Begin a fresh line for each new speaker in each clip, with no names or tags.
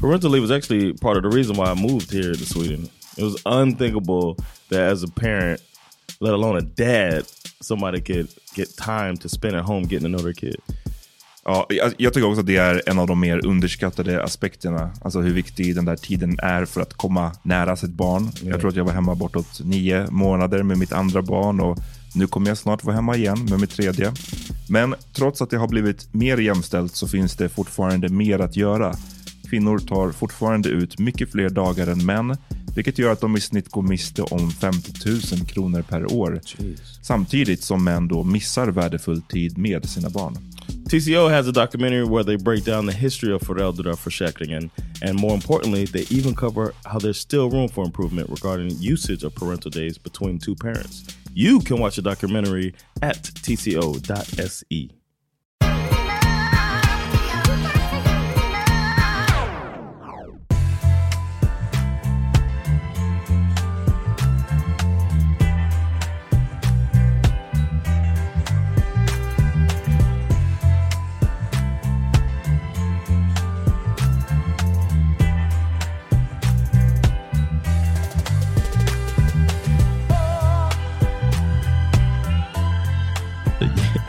Parental leave was actually part of the reason why I moved here to Sweden. It was unthinkable that as a parent, let alone a dad, somebody could get time to spend at home getting to know their kid.
Ja, jag- jag tycker också att det är en av de mer underskattade aspekterna. Alltså hur viktig den där tiden är för att komma nära sitt barn. Jag tror att jag var hemma bortåt nio månader med mitt andra barn och nu kommer jag snart vara hemma igen med mitt tredje. Men trots att det har blivit mer jämställt så finns det fortfarande mer att göra. Kvinnor tar fortfarande ut mycket fler dagar än män, vilket gör att de i snitt går miste om 50 000 kronor per år. Samtidigt som män då missar värdefull tid med sina barn.
TCO has a documentary where they break down the history of Fereldra for Shackringen, and more importantly, they even cover how there's still room for improvement regarding usage of parental days between two parents. You can watch the documentary at tco.se.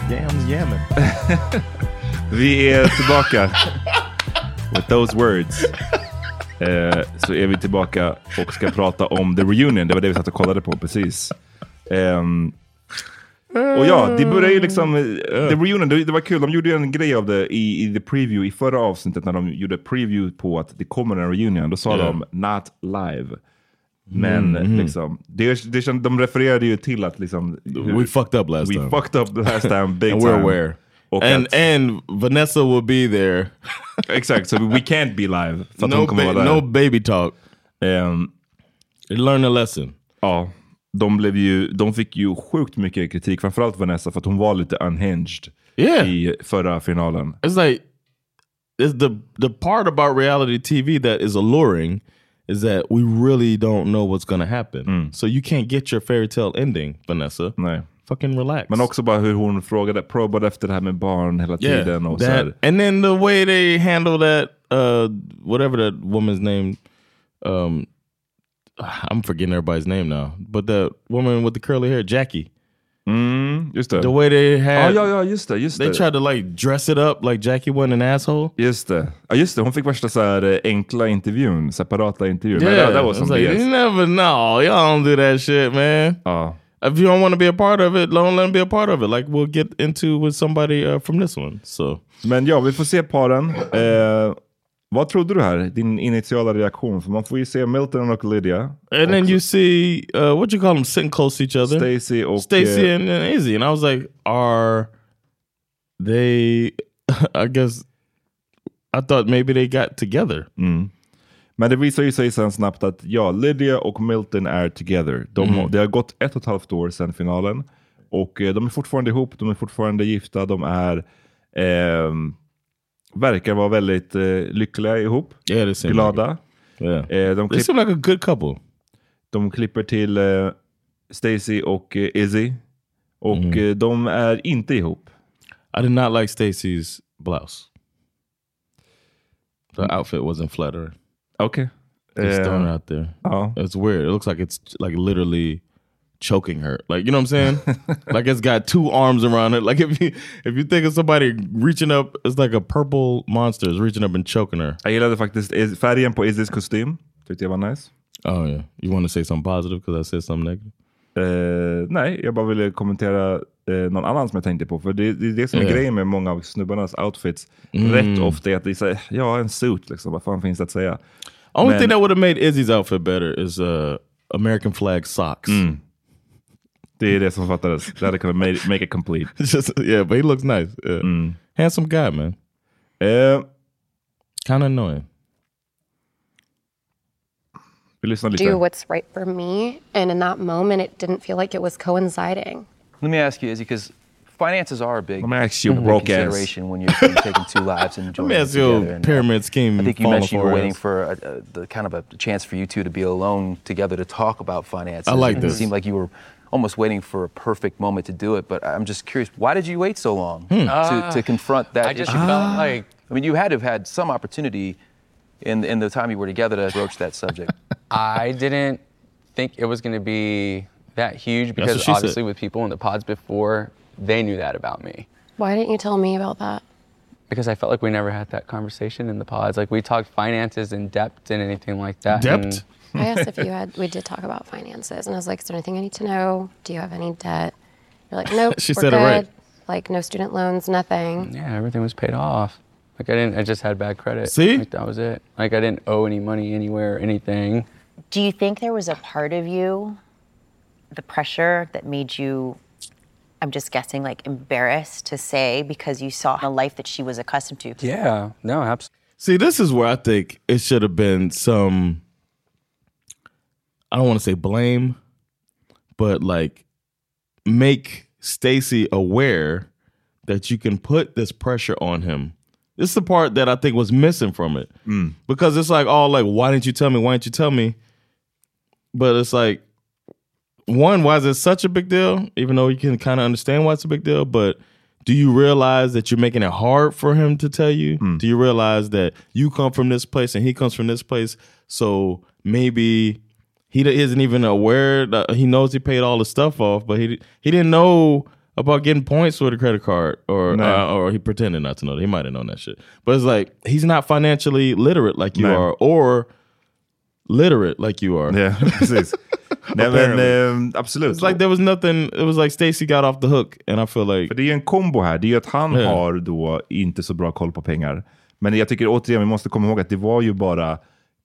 Yams yamming.
Vi är tillbaka. With those words. Eh, så är vi tillbaka och ska prata om The Reunion. Det var det vi satt och kollade på precis. Ehm, och ja, det började ju liksom... eh, The Reunion, det, det var kul. De gjorde ju en grej av det i, i the preview, i förra avsnittet när de gjorde preview på att det kommer en reunion. Då sa
Ja. Mhm.
de not live. Men liksom, det, det, känd- de refererade ju till att liksom...
We fucked up last
we
time.
fucked up last time, big
and we're
time.
aware.
Och
and
att-
and Vanessa will be there.
Exakt, så we can't be live. För att
no,
hon kommer
ba-
vara där.
no baby talk.
Ehm,
Learn a lesson.
ja, de, blev ju, de fick ju sjukt mycket kritik, framförallt Vanessa, för att hon var lite unhinged
Yeah.
i förra finalen.
It's like it's the the part about reality TV that is alluring is that we really don't know what's gonna happen.
Mm.
So you can't get your fairy tale ending, Vanessa.
Nej.
Fucking relax.
Men också bara hur hon frågade, probade efter det här med barn hela
yeah,
tiden. Och så här.
that, and then the way they handle that, uh, whatever that woman's name, um, I'm forgetting everybody's name now, but the woman with the curly hair, Jackie.
Mm, just det.
The Oh, way they
Ja,
had,
ja, ja, just det. Just
they
det.
tried to like dress it up like Jackie wasn't an asshole.
Just det. Ja, just det. Hon fick värsta så här, eh, enkla intervjun, separata intervjun. Men det, det
it's
var som
like,
BS.
you never know. Y'all don't do that shit, man.
Ja.
If you don't want to be a part of it, don't let them be a part of it. Like we'll get into with somebody uh, from this one. So
Men ja, vi får se paren. Eh, vad trodde du här? Din initiala reaktion? För man får ju se Milton och Lydia.
and then you see uh, what you call them sitting close to each other,
Stacy och...
Stacy
eh,
and, and Izzy, and I was like, are they? I guess I thought maybe they got together.
Men det visar ju sig sen snabbt att ja, Lydia och Milton är together. De, har-
Mm.
Det har gått ett och ett halvt år sedan finalen. Och eh, de är fortfarande ihop, de är fortfarande gifta, de är... ehm, verkar vara väldigt eh, lyckliga ihop,
Yeah, they seem
glada.
Like, yeah,
Eh, de,
they
klipp,
seem like a good couple.
de klipper till eh, Stacy och eh, Izzy. Och
Mm.
eh, de är inte ihop.
I did not like Stacy's blouse. The outfit wasn't flattering.
Okej.
Just throwing it
Eh,
out there.
ja.
It's weird. It looks like it's like literally choking her. Like you know what I'm saying? like it's got two arms around it. Like if you if you think of somebody reaching up, it's like a purple monster is reaching up and choking her.
Jag gillade faktiskt is- färgen på Izzys kostym. Tyckte jag var nice.
Oh yeah. You want to say something positive because I said something negative?
Eh, nej, jag bara ville kommentera eh, någon annan som jag tänkte på. För det, det är det som är
Ja. Mm.
grejen med många av snubbarnas outfits. Rätt ofta är att det är så här, ja en suit liksom, vad fan finns det att säga?
Only
Man.
thing that would have made Izzy's outfit better is uh American flag socks.
Mm. Det är det som fattades. Det hade kunnat make, make it complete. Mm.
Just yeah, but he looks nice. Yeah. Handsome guy, man.
Eh,
Kind of annoying.
vi lyssnar lite.
do what's right for me. And in that moment, it didn't feel like it was coinciding.
Let me ask you, Izzy, because finances are a big
Let me ask you, broke ass.
consideration when you're when you're taking two lives and
Let
joining
me
them
ask you
together.
a
And uh,
pyramid scheme.
I think you
falling
mentioned you
for
were
us.
waiting for a, a, the kind of a chance for you two to be alone together to talk about finances.
I like
And
this.
It seemed like you were almost waiting for a perfect moment to do it, but I'm just curious, why did you wait so long
Hmm.
to, to confront that
Ah, I just
issue?
felt like
I mean, you had to have had some opportunity in, in the time you were together to broach that subject.
I didn't think it was going to be that huge
what
because
she said.
obviously with people in the pods before, they knew that about me
Why didn't you tell me about that?
because I felt like we never had that conversation in the pods. Like we talked finances and depth and anything like that.
Depth?
and-
I asked if you had, we did talk about finances. And I was like, is there anything I need to know? Do you have any debt? You're like, nope.
She
we're
said it
good.
right.
Like, no student loans, nothing.
yeah, everything was paid off. Like I didn't, I just had bad credit.
See?
Like that was it. Like I didn't owe any money anywhere or anything.
Do you think there was a part of you, the pressure that made you, I'm just guessing, like embarrassed to say because you saw a life that she was accustomed to?
Yeah, no, absolutely.
See, this is where I think it should have been some. I don't want to say blame, but like make Stacy aware that you can put this pressure on him. This is the part that I think was missing from it
Mm.
because it's like, oh, like why didn't you tell me? Why didn't you tell me? But it's like, one, why is it such a big deal? Even though you can kind of understand why it's a big deal, but do you realize that you're making it hard for him to tell you? Do you realize that you come from this place and he comes from this place? So maybe he d- isn't even aware that he knows he paid all the stuff off, but he d- he didn't know about getting points with a credit card or
No.
uh, or he pretended not to know that. He might have known that shit. But it's like he's not financially literate like you
No.
are or literate like you are.
Ja, precis. Nej men ehm, absolut.
It's like there was nothing. It was like Stacy got off the hook, and I feel like
För det är ju en kombo här. Det är ju att han
Ja.
har då inte så bra koll på pengar. Men jag tycker återigen, vi måste komma ihåg att det var ju bara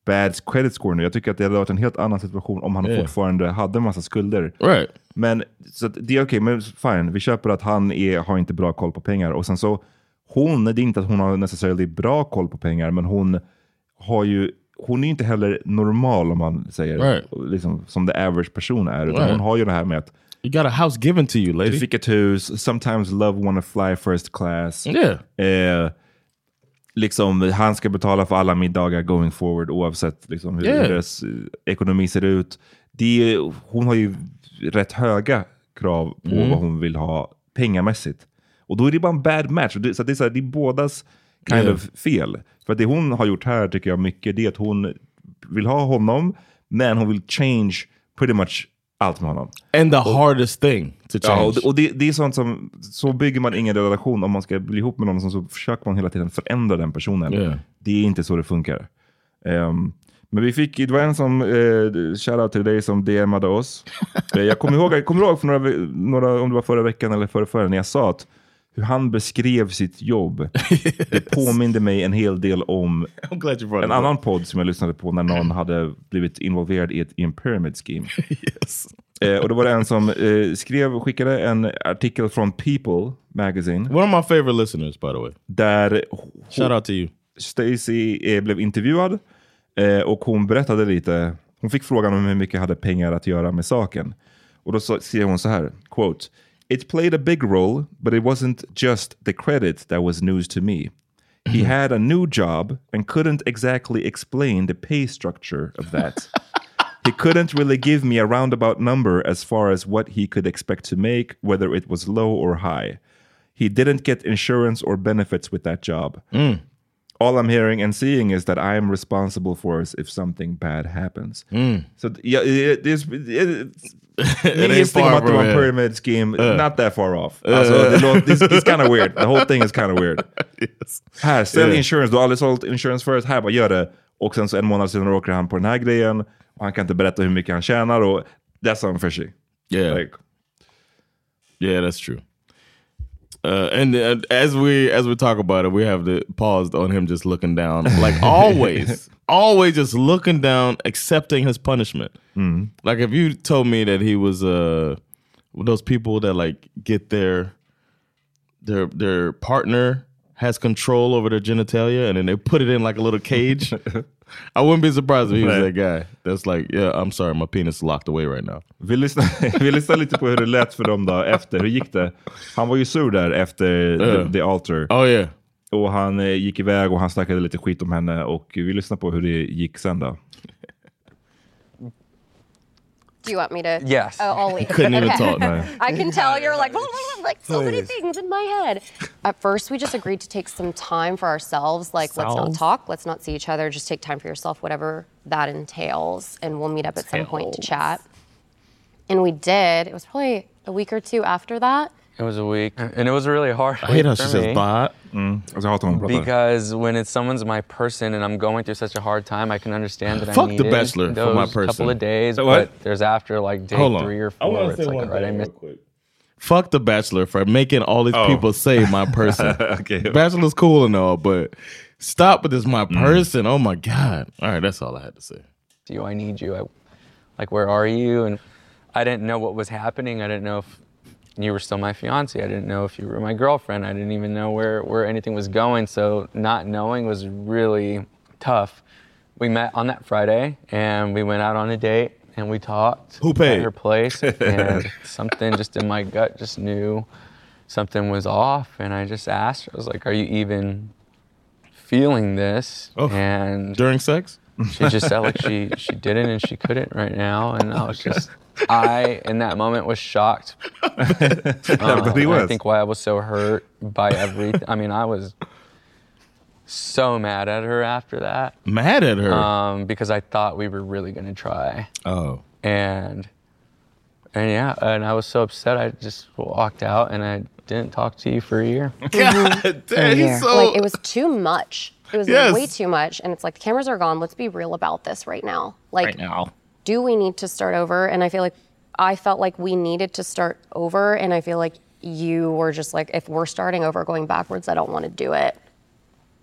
Bads credit score nu. Jag tycker att det hade varit en helt annan situation om han
Ja.
fortfarande hade en massa skulder.
right.
Men så att det är okej, men fine. Vi köper att han är, har inte bra koll på pengar. Och sen så, hon, det är inte att hon har necessarily bra koll på pengar, men hon har ju, hon är ju inte heller normal om man säger,
Right.
liksom, som the average person är. Utan
Right.
hon har ju det här med att
You got a house given to you,
du
lady.
fick ett hus, sometimes love wanna fly first class.
yeah,
Eh, liksom, han ska betala för alla middagar going forward oavsett liksom, hur
Yeah.
deras eh, ekonomi ser ut. Det, är- hon har ju rätt höga krav på
Mm.
vad hon vill ha pengamässigt. Och då är det bara en bad match. Och det- Så att det, är så här, det är bådas kind
Yeah.
of fel. För att det hon har gjort här tycker jag mycket, det är att hon vill ha honom, men hon vill change pretty much allt med honom.
and the hardest thing to change.
Ja, och, det- och det, det är sånt som, så bygger man ingen relation. Om man ska bli ihop med någon som så försöker man hela tiden förändra den personen.
Ja.
Det är inte så det funkar. Ehm, Men vi fick, det var en som, eh, shoutout till dig som DMade oss. Eh, jag kommer ihåg, jag kommer ihåg för några, ve- några, om det var förra veckan eller förra förra, när jag sa att hur han beskrev sitt jobb, det påminde mig en hel del om
I'm glad you brought
en
it up.
annan podd som jag lyssnade på när någon hade blivit involverad i ett i en pyramid scheme. eh, och då var det en som eh, skrev och skickade en artikel från People Magazine.
One of my favorite listeners by the way.
Där
Shout out to you.
Stacy eh, blev intervjuad eh, och hon berättade lite. Hon fick frågan om hur mycket jag hade pengar att göra med saken. Och då sa- skrev hon så här, quote. It played a big role, but it wasn't just the credit that was news to me. He
Mm-hmm.
had a new job and couldn't exactly explain the pay structure of that. he couldn't really give me a roundabout number as far as what he could expect to make, whether it was low or high. He didn't get insurance or benefits with that job.
Mm.
All I'm hearing and seeing is that I am responsible for us if something bad happens.
Mm.
So th- yeah, it, it, it's- it's-
ain't
Niggas think
far
about the
from
one
it.
pyramid scheme,
Uh.
not that far off.
Uh.
Alltså, det låter- it's, it's kind of weird. The whole thing is kind of weird. Här, sälj
Yeah.
insurance. Du har aldrig sålt insurance förut. Här, bara gör det. Och sen så en månad senare åker han på den här grejen. Och han kan inte berätta hur mycket han tjänar. Och that's unfishy.
Yeah.
Like,
Yeah, that's true. Uh, and uh, as we as we talk about it, we have the paused on him just looking down, like always, always just looking down, accepting his punishment.
Mm.
Like if you told me that he was uh those people that like get their their their partner has control over their genitalia and then they put it in like a little cage, I wouldn't be surprised if he was
Right.
that guy. That's like, yeah, I'm sorry, my penis is locked away right now.
Vi lyssnar, vi lyssnar lite på hur det lät för dem då efter. Hur gick det? Han var ju sur där efter
Ja.
the, the Altar.
Oh yeah.
Och han eh, gick iväg och han snackade lite skit om henne. Och vi lyssnar på hur det gick sen då.
Do you want me to?
Yes.
Oh, I'll leave.
Couldn't even
Okay.
talk, no.
I can tell you're like, "Whoa, whoa, whoa," like so many
Please.
things in my head. At first, we just agreed to take some time for ourselves. Like, let's not
Self.
talk, let's not see each other, just take time for yourself, whatever that entails. And we'll meet up at some point to chat. And we did. It was probably a week or two after that.
It was a week, and it was really hard.
I hate
week
how
for
she says
me.
bot.
Mm. Alltså jag hatar honom pratar.
Because when it's someone's my person and I'm going through such a hard time, I can understand that I
Fuck The
needed
Bachelor for
those
my person.
couple of days.
Say what?
But there's after like day
Hold on.
three or
I wanna
four, it's
say
like
one
all right, I
thing
missed.
Fuck the Bachelor for making all these
Oh.
people say my person.
Okay.
Bachelor's cool and all, but stop with this my person. Oh my god! All right, that's all I had to say.
Do you? I need you. I, like, where are you? And I didn't know what was happening. I didn't know if you were still my fiance. I didn't know if you were my girlfriend. I didn't even know where where anything was going. So not knowing was really tough. We met on that Friday and we went out on a date and we talked.
Who paid?
At her place and something just in my gut just knew something was off and I just asked her. I was like, "Are you even feeling this?" And
during sex,
she just said like she she didn't and she couldn't right now, and I was just I in that moment was shocked. Um,
bet he
and I
was.
think why I was so hurt by everything. I mean, I was so mad at her after that.
Mad at her?
Um, because I thought we were really gonna try.
Oh.
And and yeah, and I was so upset. I just walked out and I didn't talk to you for a year.
damn,
he's so-
Like, it was too much. It was
Yes.
way too much. And it's like, the cameras are gone. Let's be real about this right now. Like,
now.
do we need to start over? And I feel like I felt like we needed to start over. And I feel like you were just like, if we're starting over, going backwards, I don't want to do it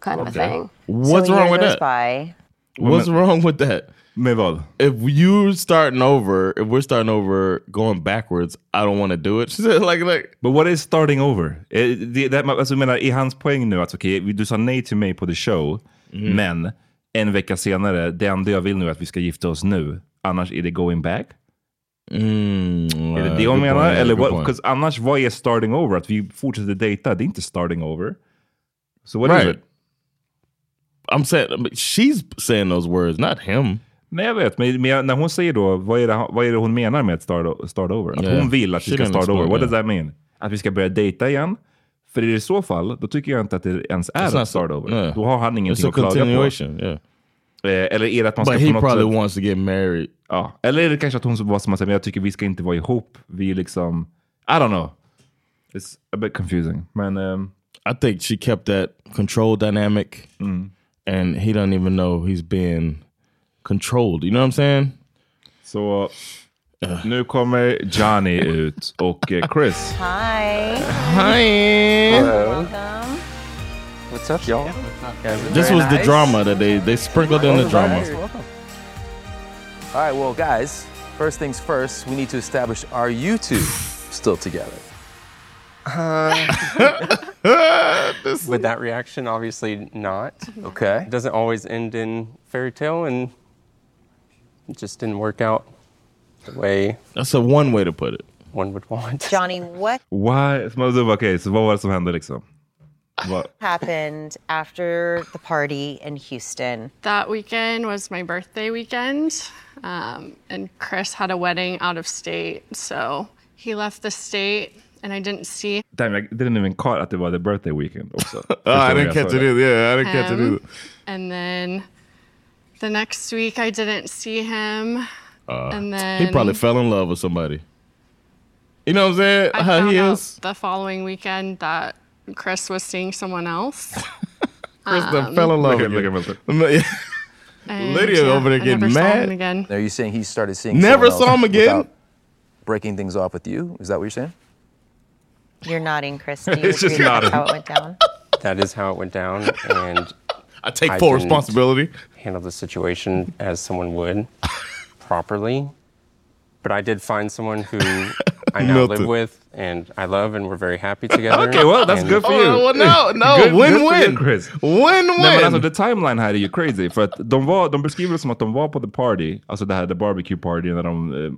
kind of a thing.
What's
so a
wrong
year
with
goes
that?
By.
What's wrong with that? If you're starting over, if we're starting over, going backwards, I don't want to do it. She said, like, like
But what is starting over? Eh, det, det, alltså, jag menar, i hans poäng nu att okej, du sa nej till mig på the show,
Mhm.
men en vecka senare, det enda jag vill nu är att vi ska gifta oss nu. Annars är det going back? är det det
eh, good
hon menar?
point,
Eller
good
what,
point.
'cause annars, vad är starting over? Att vi fortsätter dejta, det är inte starting over. So what is
Right.
it?
I'm saying, she's saying those words, not him.
Nej, jag vet. Men, men jag- när hon säger då, vad är det, han- vad är det hon menar med att start, start over? Att
Yeah.
hon vill att vi
She
ska
didn't
start over.
explain
What does
that.
that mean? Att vi ska börja dejta igen? För i så fall, då tycker jag inte att det ens är
It's not-
att start over.
yeah.
Då har han
It's
ingenting
a
att klaga på.
continuation, yeah.
Eh, Eller är det att man
But
ska
he
på något
probably
sätt...
wants to get married.
Ja. Eller är det kanske att hon var som man säger, men jag tycker vi ska inte vara ihop. Vi är liksom... I don't know. It's a bit confusing. ehm, Man,
I think she kept that control dynamic, and he doesn't even know he's being controlled. You know what I'm saying?
Så nu kommer Johnny ut och eh, Chris.
Hi. Welcome.
What's up, y'all?
This was the drama that they they sprinkled in the drama.
All right, well, guys, first things first, we need to establish are you two still together?
With that reaction, obviously not.
Mm-hmm.
Okay.
It doesn't always end in fairy tale, and it just didn't work out the way
That's a one way to put it.
one would want.
Johnny, what
Why? Så man- Okej, så vad var det som hände liksom? Vad-
happened after the party in Houston?
That weekend was my birthday weekend, um, and Chris had a wedding out of state, so he left the state, and I didn't see
Damn, I didn't even caught att det var the birthday weekend också.
Ah, I didn't catch it either. Yeah, I didn't catch it
Him.
either.
And then the next week, I didn't see him. and then
Uh, He probably fell in love with somebody. You know what I'm saying?
I
How
found
he
out
is.
the following weekend that Chris was seeing someone else.
Chris done fell in love.
Look at-
again.
look at
And,
Lydia over there
I
getting
never saw
mad.
him again.
Now, are you saying he started seeing
Never
someone else
saw him again?
without breaking things off with you? Is that what you're saying?
You're nodding, Christy.
It's just nodding.
How it went down.
That is how it went down, and
I take
I
full
didn't.
responsibility.
handle the situation as someone would properly. But I did find someone who I now
Milton.
live with and I love, and we're very happy together.
Okay, well, that's
And
good for you.
Oh, well, no,
Good-
no,
good for you,
win-win.
Chris. Nej, men
Win-win.
alltså, the timeline här är ju crazy. För att de, var, de beskriver det som att de var på the party, alltså det här the barbecue party, när de eh,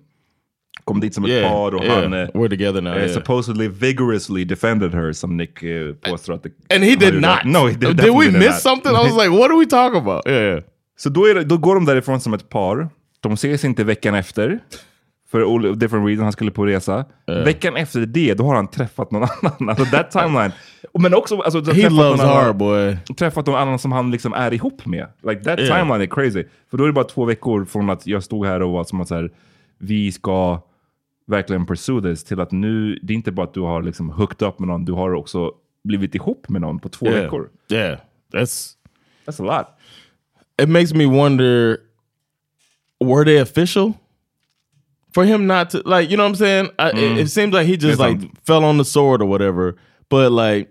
kom dit som ett
Yeah,
par och
yeah.
han eh,
We're together now,
eh,
yeah.
supposedly vigorously defended her, som Nick eh, påstår att det,
And he
han
did
gjorde.
not.
No, he did,
did
definitely
we
did
miss
not.
something? I was like, what are we talking about? Yeah, yeah.
Så då, är det, då går de därifrån som ett par. De ses inte veckan efter. För all different reason, han skulle på resa. Veckan efter det, då har han träffat någon annan. Alltså that timeline. Men också... Alltså,
He
träffat någon
loves
annan-
her, boy.
träffat någon annan som han liksom är ihop med. Like that
Yeah.
timeline är crazy. För då är det bara två veckor från att jag stod här och var som att så här, vi ska verkligen pursue this till att nu, det är inte bara att du har liksom hooked up med någon, du har också blivit ihop med någon på två
Yeah.
veckor.
Yeah. That's
That's a lot.
it makes me wonder were they official for him not to like you know what i'm saying I, it, it seems like he just
Mm. Yes,
like
I'm-
fell on the sword or whatever but like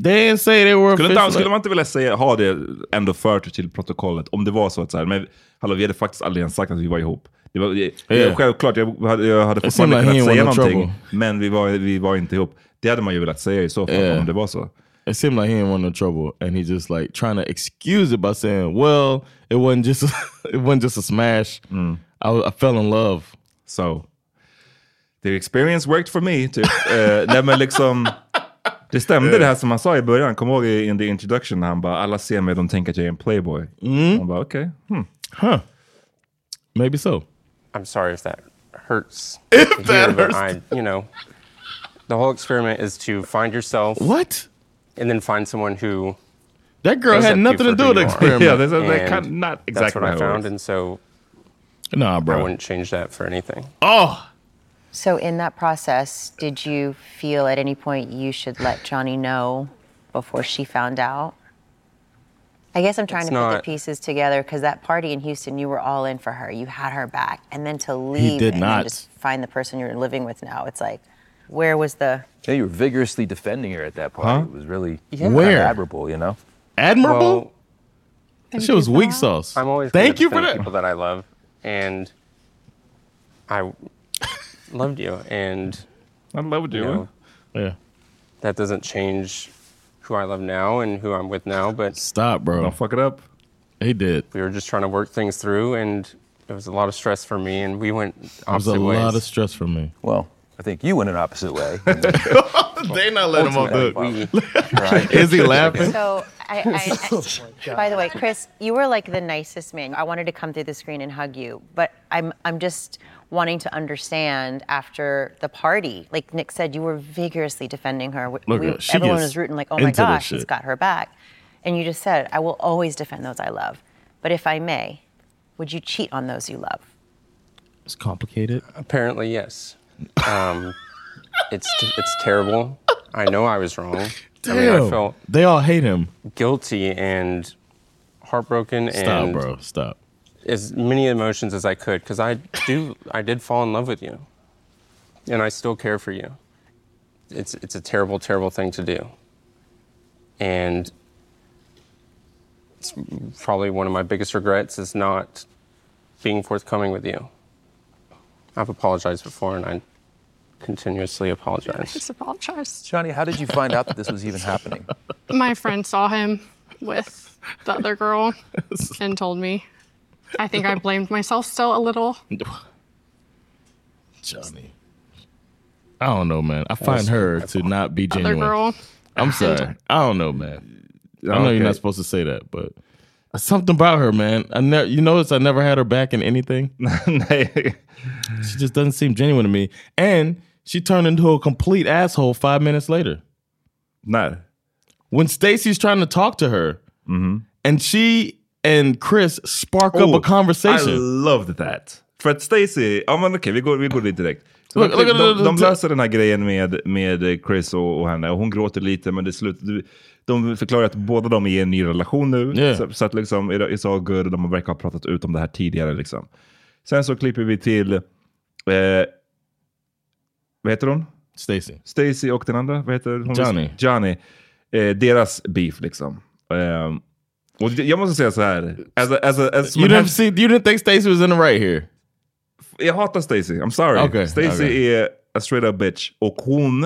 they didn't say they were
Skulle,
official
inte, skulle man inte vilja säga, ha det ändå fört till protokollet om det var så att så här, men hallå, vi hade faktiskt aldrig ens sagt att vi var ihop. Det var, det-
Yeah.
Självklart, jag hade, jag hade
seemed
fortfarande
like he
kunnat
ain't
säga
want no
någonting,
trouble.
men vi var, vi var inte ihop. Det hade man ju velat säga i så fall
Yeah.
om det var så.
it seemed like he didn't want no trouble and he just like trying to excuse it by saying well it wasn't just it wasn't just a smash
Mm.
I, I fell in love
So, the experience worked for me. Typ. Eh, nej men liksom, det stämde det här som han sa i början. Kom ihåg i in the introduction när han bara, alla ser mig, de tänker att jag är en playboy. Han bara, okej. Hmm.
Mm. huh maybe so
I'm sorry if that hurts. If that hurts. I, you know, the whole experiment is to find yourself
what
and then find someone who.
that girl
Accept
had
you
nothing to
for
do
who
with the
you are.
experiment
Yeah, that's, that's
And
kind of not exactly
That's what
how
I
it
found,
works.
and so
nah
I
bro
wouldn't change that for anything.
oh
So, in that process, did you feel at any point you should let Johnny know before she found out? I guess I'm trying
It's
to put the
not-
pieces together because that party in Houston, you were all in for her. You had her back, and then to leave
did
and then
not.
just find the person you're living with now. It's like, where was the?
Yeah, you were vigorously defending her at that point. It was really
Where?
admirable, you know?
admirable
Well,
That shit was weak sauce.
I'm always gonna
Thank you for
defend
that.
People that I love, and I loved you, and
I loved
you
you.
know,
Yeah.
that doesn't change who I love now and who I'm with now. But
Stop, bro.
Don't fuck it up.
He did.
we were just trying to work things through, and it was a lot of stress for me, and we went
It was a
opposite ways.
lot of stress for me.
Well, I think you went an opposite way.
they not letting him off
Like,
the
we,
Is he laughing?
So, I,
Oh
I, I, by the way, Chris, you were like the nicest man. I wanted to come through the screen and hug you, but I'm, I'm just wanting to understand after the party. Like Nick said, you were vigorously defending her. We-
Look,
we-
she
everyone
gets
was rooting like, oh my
into this
gosh, he's
shit.
got her back. And you just said, I will always defend those I love. But if I may, would you cheat on those you love?
It's complicated.
apparently, yes. Um, it's it's terrible. I know I was wrong. I mean, I felt
they all hate him.
guilty and heartbroken,
Stop,
and
bro. Stop.
as many emotions as I could because I do I did fall in love with you, and I still care for you. It's it's a terrible terrible thing to do, and it's probably one of my biggest regrets is not being forthcoming with you. I've apologized before, and I continuously apologize.
Just apologize.
Johnny, how did you find out that this was even happening?
Um, My friend saw him with the other girl and told me. I think I blamed myself still a little.
Johnny. I don't know, man. I find her to not be
Other
genuine.
girl.
I'm sorry. I don't know, man. I know
Okay.
you're not supposed to say that, but something about her, man. I never, you notice I never had her back in anything. she just doesn't seem genuine to me, and she turned into a complete asshole five minutes later.
No,
when Stacy's trying to talk to her,
Mm-hmm.
and she and Chris spark
Oh,
up a conversation.
I loved that. För att Stacy, ja men okej vi går, vi går dit direkt. Så
Look,
de,
look, look,
de, de
look.
löser den här grejen med, med Chris och, och henne och hon gråter lite men det slutar... De förklarar att båda de är i en ny relation nu.
Yeah.
Så, så att liksom, it- it's all good och de verkar ha pratat ut om det här tidigare liksom. Sen så klipper vi till... Eh, vad heter hon?
Stacy.
Stacy och den andra, vad heter hon?
Johnny.
Johnny. Eh, deras beef liksom. Ehm, och jag måste säga så här. As a, as a, as
you didn't see, you didn't think Stacy was in the right here.
Jag hatar Stacy. I'm sorry.
Okay,
Stacy
okay.
är a straight up bitch. Och hon,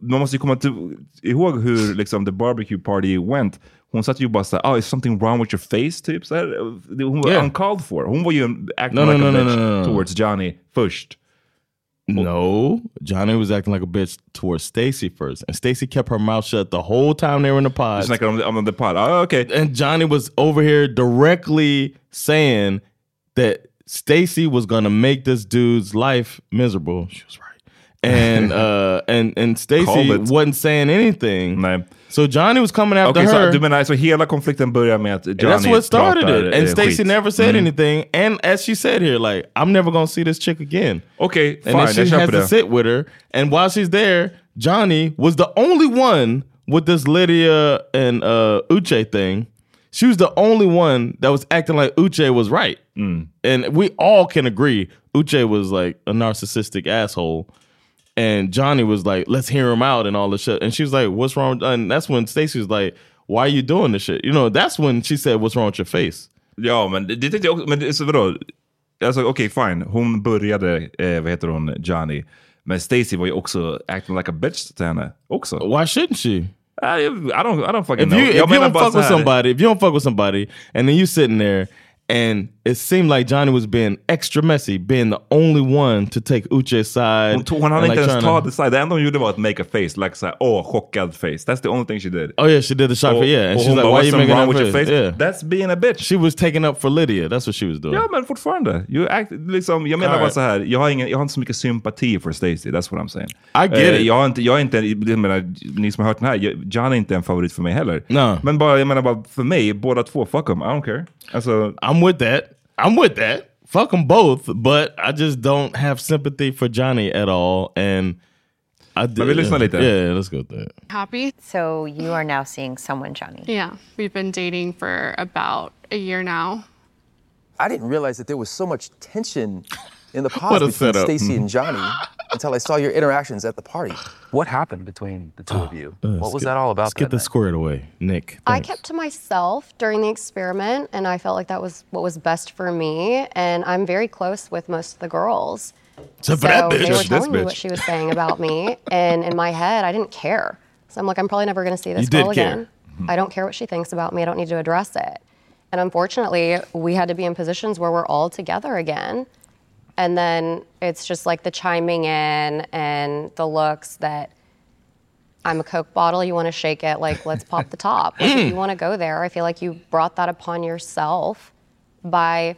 man måste ju komma till, ihåg hur liksom the barbecue party went. Hon satt ju bara såhär, oh is something wrong with your face? Typ så här. Hon var
Yeah.
uncalled for. Hon var ju en- acting
No, no,
like
no,
a
no,
bitch
no, no, no.
towards Johnny first.
No, Johnny was acting like a bitch towards Stacy first, and Stacy kept her mouth shut the whole time they were in the pod.
Just like I'm, I'm on the pod. Oh, okay.
And Johnny was over here directly saying that Stacy was gonna make this dude's life miserable. She was right, and uh, and and
Call
Stacy
it.
wasn't saying anything.
Nej.
So Johnny was coming after
Okej,
her.
så du menar så hela konflikten börjar med att Johnny
And that's what started
pratar,
it. And
eh,
Stacy
skit.
never said
Mm.
anything. And as she said here, like, I'm never gonna see this chick again.
Okay,
and then
fine,
she
jag köper
has to
det.
sit with her. And while she's there, Johnny was the only one with this Lydia and uh, Uche thing. She was the only one that was acting like Uche was right. And we all can agree Uche was like a narcissistic asshole. And Johnny was like, let's hear him out and all this shit. And she was like, what's wrong? And that's when Stacy was like, why are you doing this shit? You know, that's when she said, what's wrong with your face?
Ja, men det det tyckte jag också. Men det, så vadå? Alltså okej, fine. Hon började, eh, vad heter hon, Johnny. Men Stacy var ju också acting like a bitch till henne också. Eh,
Why shouldn't she?
I, I don't, I don't fucking
if
know.
you if you
menar
don't
bara
fuck
så
with
här-
somebody, if you don't fuck with somebody, and then you sitting there, and it seemed like Johnny was being extra messy, being the only one to take Uche's side.
Hon, tog, hon hann
and,
inte
like,
ens ta
trying
det side. Det enda hon gjorde var att make a face. Like såhär, åh, chockad face. That's the only thing she did.
Oh yeah, she did the shock.
Och-
yeah, and
och
she's
hon
like,
bara,
"Why are you
oh, "What's
making
wrong
that
with your
face?"
face?
Yeah.
That's being a bitch.
She was taking up for Lydia. That's what she was doing.
Ja, men fortfarande. You act, liksom, jag menar
All
bara
right.
så här. Jag har, ingen, jag har inte så mycket sympati för Stacy. That's what I'm saying. Eh,
I get it.
Jag har inte, jag är inte, jag menar, ni som har hört den här, jag- John är inte en favorit för mig heller.
No.
Men bara, jag menar bara, för mig, båda två, fuck them. I don't care. Alltså,
I'm with that. I'm with that. Fuck them both, but I just don't have sympathy for Johnny at all. And I did.
vi lyssnar lite.
Yeah, let's go with that.
Happy?
So you are now seeing someone, Johnny.
Yeah. We've been dating for about a year now.
I didn't realize that there was so much tension in the
What
pod
a
between
setup.
Stacy and Johnny until I saw your interactions at the party.
What happened between the two of you?
Uh,
what
let's
was
get-
that all about?
Let's get this squared away, Nick.
I kept to myself during the experiment, and I felt like that was what was best for me. And I'm very close with most of the girls.
Except for that bitch.
they were
Just this
telling me
bitch.
what she was saying about me, and in my head, I didn't care. So I'm like, I'm probably never going to see this
You did
girl
care.
again. I don't care what she thinks about me. I don't need to address it. And unfortunately, we had to be in positions where we're all together again. And then it's just like the chiming in and the looks that I'm a Coke bottle. You want to shake it? Like, let's pop the top. Like, if you want to go there, I feel like you brought that upon yourself by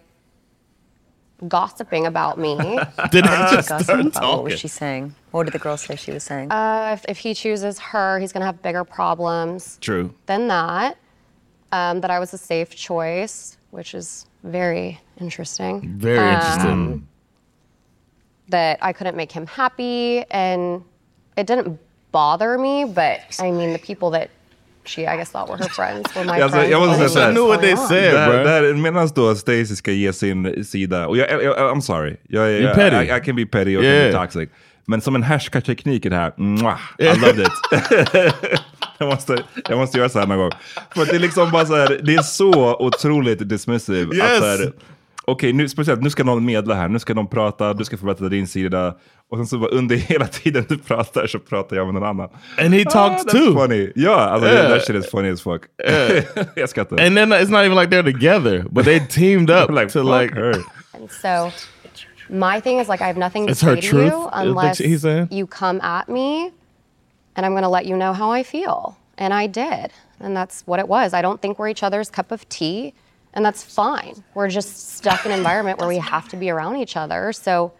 gossiping about me.
Did
I
just
start Oh What was she saying? What did the girl say she was saying?
Uh, if, if he chooses her, he's going to have bigger problems
true.
than that. Um, that I was a safe choice, which is very interesting.
Very
Um,
interesting.
That I couldn't make him happy, and it didn't bother me. But I mean, the people that she, I guess, thought were her friends were my
Alltså,
friends.
jag måste
Like,
säga såhär.
what's going on?
Där, där, medan då Stacy ska ge sin sida, och jag, jag, I'm sorry, jag,
You're
jag,
petty.
I, I can be petty och
Yeah.
can be toxic. Men som en härskarteknik i det här, mwah, I loved it. jag, måste, jag måste göra så här någon gång. För att det är liksom bara så här, det är så otroligt dismissive.
Yes.
Att så här, Okej, nu, speciellt nu ska någon medla här, nu ska någon prata, du ska få berätta din sida. Och sen så bara under hela tiden du pratar så pratar jag med någon annan.
And he talked
Ah, that's
too.
funny. Ja, alltså
Yeah.
that shit is funny as fuck.
Yeah.
jag skrattar.
And then it's not even like they're together, but they teamed up to like
And so my thing is like I have nothing to
It's
say
her
to
truth, is
you
what
unless
she- he's saying?
you come at me and I'm going to let you know how I feel. And I did. And that's what it was. I don't think we're each other's cup of tea, and that's fine. We're just stuck in an environment where we have to be around each other. So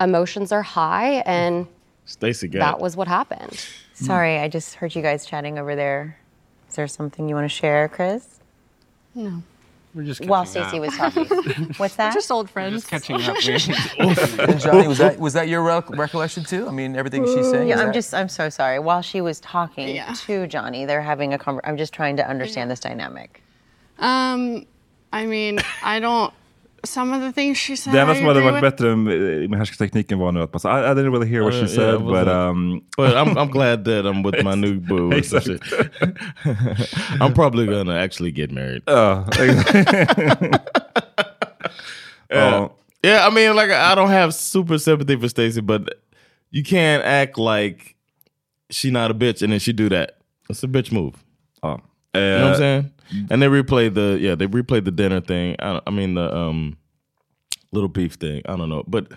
emotions are high and
Stacy got
that was what happened.
Sorry, I just heard you guys chatting over there. Is there something you want to share, Chris?
No.
We're just
Well,
while Stacey
catching up.
was talking. What's that?
Just old friends.
and Johnny, was that was that your rec- recollection too? I mean, everything she's saying.
Yeah,
is
I'm
that-
just. I'm so sorry. While she was talking to Johnny, they're having a conversation. I'm just trying to understand this dynamic.
Um, I mean, I don't. Some of the things she said.
Det enda som
I
hade
agree
varit
with.
bättre eh, med med härskartekniken var nu att passa. I, I didn't really hear what she
Uh, yeah,
said,
it
but...
wasn't-
Um,
but I'm, I'm glad that I'm with my new boo. or some shit. I'm probably gonna actually get married.
Uh,
yeah.
Oh.
I mean, like I don't have super sympathy for Stacy, but you can't act like she not a bitch and then she do that. It's a bitch move.
Oh,
you know what I'm
uh,
saying? And they replayed the yeah, they replayed the dinner thing. I, don't- I mean the um little beef thing. I don't know, but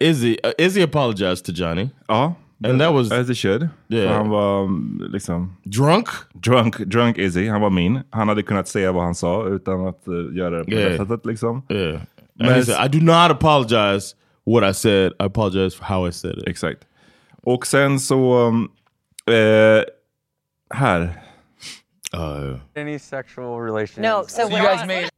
Izzy uh, Izzy apologized to Johnny.
Ja.
And that was
as it should.
Yeah.
Han var um, liksom...
Drunk?
Drunk, drunk Izzy. Han var min. Han hade kunnat säga vad han sa utan att uh, göra det på
Yeah.
det sättet liksom.
Yeah. And
Men-
he said, I do not apologize what I said. I apologize for how I said it.
Exakt. Och sen så... um, eh, här.
Any sexual relationship?
No, so,
you
when I-
guys made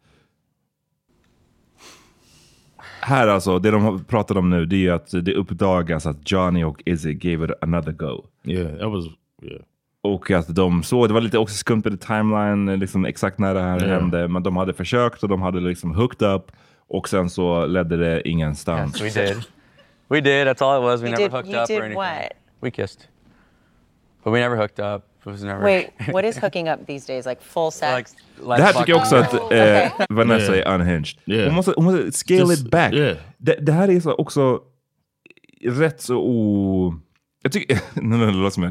Här alltså, det de pratar om nu det är ju att det uppdagas att Johnny och Izzy gave it another go.
Yeah, that was... Yeah.
Och att de såg, det var lite också skumt i the timeline, liksom exakt när det här
Ja.
hände. Men de hade försökt och de hade liksom hooked up. Och sen så ledde det ingenstans.
Yes, we did. We did. That's all it was. We
You
never
did-
hooked
you
up
did
or anything.
what?
We kissed, but we never hooked up. It was never.
Wait, what is hooking up these days? Like full sex?
Like,
Det här tycker jag också att
uh,
eh, Vanessa
Yeah.
är unhinged.
Yeah.
Hon, måste, hon måste scale
Just-
it back.
yeah.
Det, det här är så också rätt så o... Jag tycker... Nu låter jag som en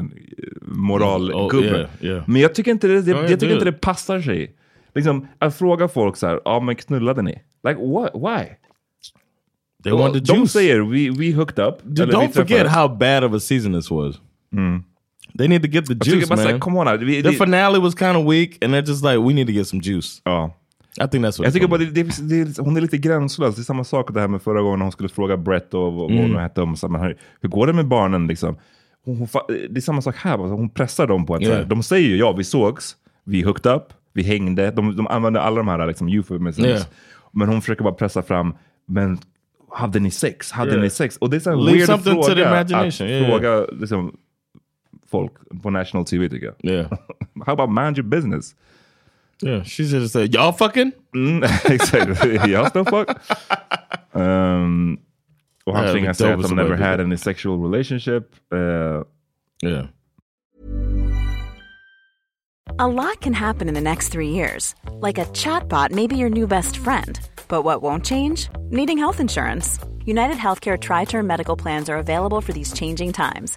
eh, moralgubbe.
Oh, yeah, yeah.
Men jag tycker inte det, det,
Go ahead,
jag tycker
do
inte det
it.
passar sig. Liksom, att fråga folk så här, ja men knullade ni? Like what? Why?
They wanted
de
juice.
säger we, we hooked up.
Dude,
eller vi
don't forget
träffades."
how bad of a season this was.
Mm.
They need to get the
Jag tycker
juice,
bara
man.
så här, come on. Vi,
the
det-
finale was kind of weak, and they're just like, we need to get some juice.
Oh,
I think that's what.
Jag
it's
tycker bara
gonna
det, det, det, hon är lite gränslös. Det är samma sak det här med förra gången hon skulle fråga Brett och vad vad hon
Mm.
hette om. Så här, men hur- hur går det med barnen liksom? Hon, hon, fa- det är samma sak här, alltså, hon pressar dem på att så här,
Yeah.
de säger ju ja, vi sågs, vi hooked up, vi hängde. De, de använder alla de här liksom, euphemisms.
Yeah.
Men hon försöker bara pressa fram, men hade ni sex? Hade
Yeah.
ni sex? Och det är så här en
Leave
weird
something to
fråga
the imagination.
att
Yeah,
fråga Liksom, folk på national TV tycker jag. How about mind your business?
be. yeah, she should have said, y'all fucking.
Mm, exakt. Y'all still fuck? Um, och han
Yeah,
tvingas
that
säga att
was
de
the
never
way
had
to do
any sexual relationship. Uh,
yeah.
A lot can happen in the next three years. Like a chatbot may be your new best friend. But what won't change? Needing health insurance. United Healthcare Tri Term Medical Plans are available for these changing times.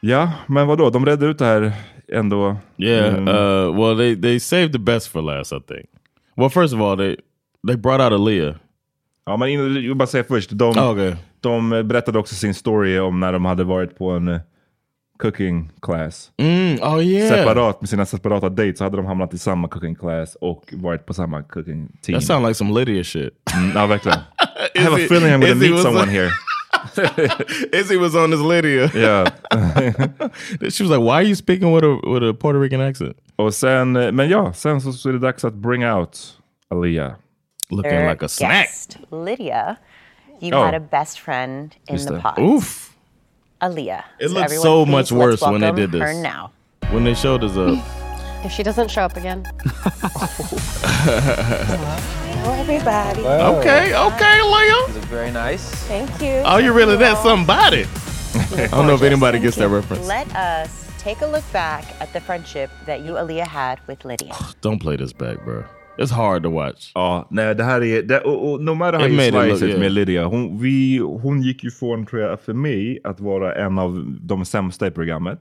Ja, men vadå? De redde ut det här ändå.
Yeah.
Mm.
Uh, well, they they saved the best for last, I think. Well, first of all, they they brought out Aaliyah.
Ja, men innan, jag vill bara säga först. De,
Ah, okej.
de berättade också sin story om när de hade varit på en eh, cooking class.
Mm, oh yeah.
Separat, med sina separata dates så hade de hamnat i samma cooking class och varit på samma cooking team.
That sounds like some Lydia shit.
Mm, ja, verkligen.
Uh,
I have a feeling I'm gonna meet someone here.
Izzy was on this Lydia.
Yeah.
She was like, why are you speaking with a, with a Puerto Rican accent?
Och sen, eh, men ja, sen så, så är det dags att bring out Aaliyah.
Our guest, Lydia, you
Oh.
had a best friend in
Just
the
that.
pot.
Oof.
Aaliyah.
It looked
everyone,
so
please,
much
let's
worse when they
welcome
did this.
Her now.
When they showed us up.
If she doesn't show up again.
Hello, everybody.
Okay, okay, Leah.
Very nice.
Thank you.
oh, you really that somebody. I
You're
don't know if
gorgeous.
anybody
Thank
gets that
you.
reference.
Let us take a look back at the friendship that you, Aaliyah, had with Lydia.
Don't play this back, bro. It's hard to watch.
Ja, nej, det här är... Det, och, och, oh, no matter how
It
you
made it
slice
look,
it
yeah.
med Lydia. Hon, vi, hon gick ju från, tror jag, för mig att vara en av de sämsta i programmet.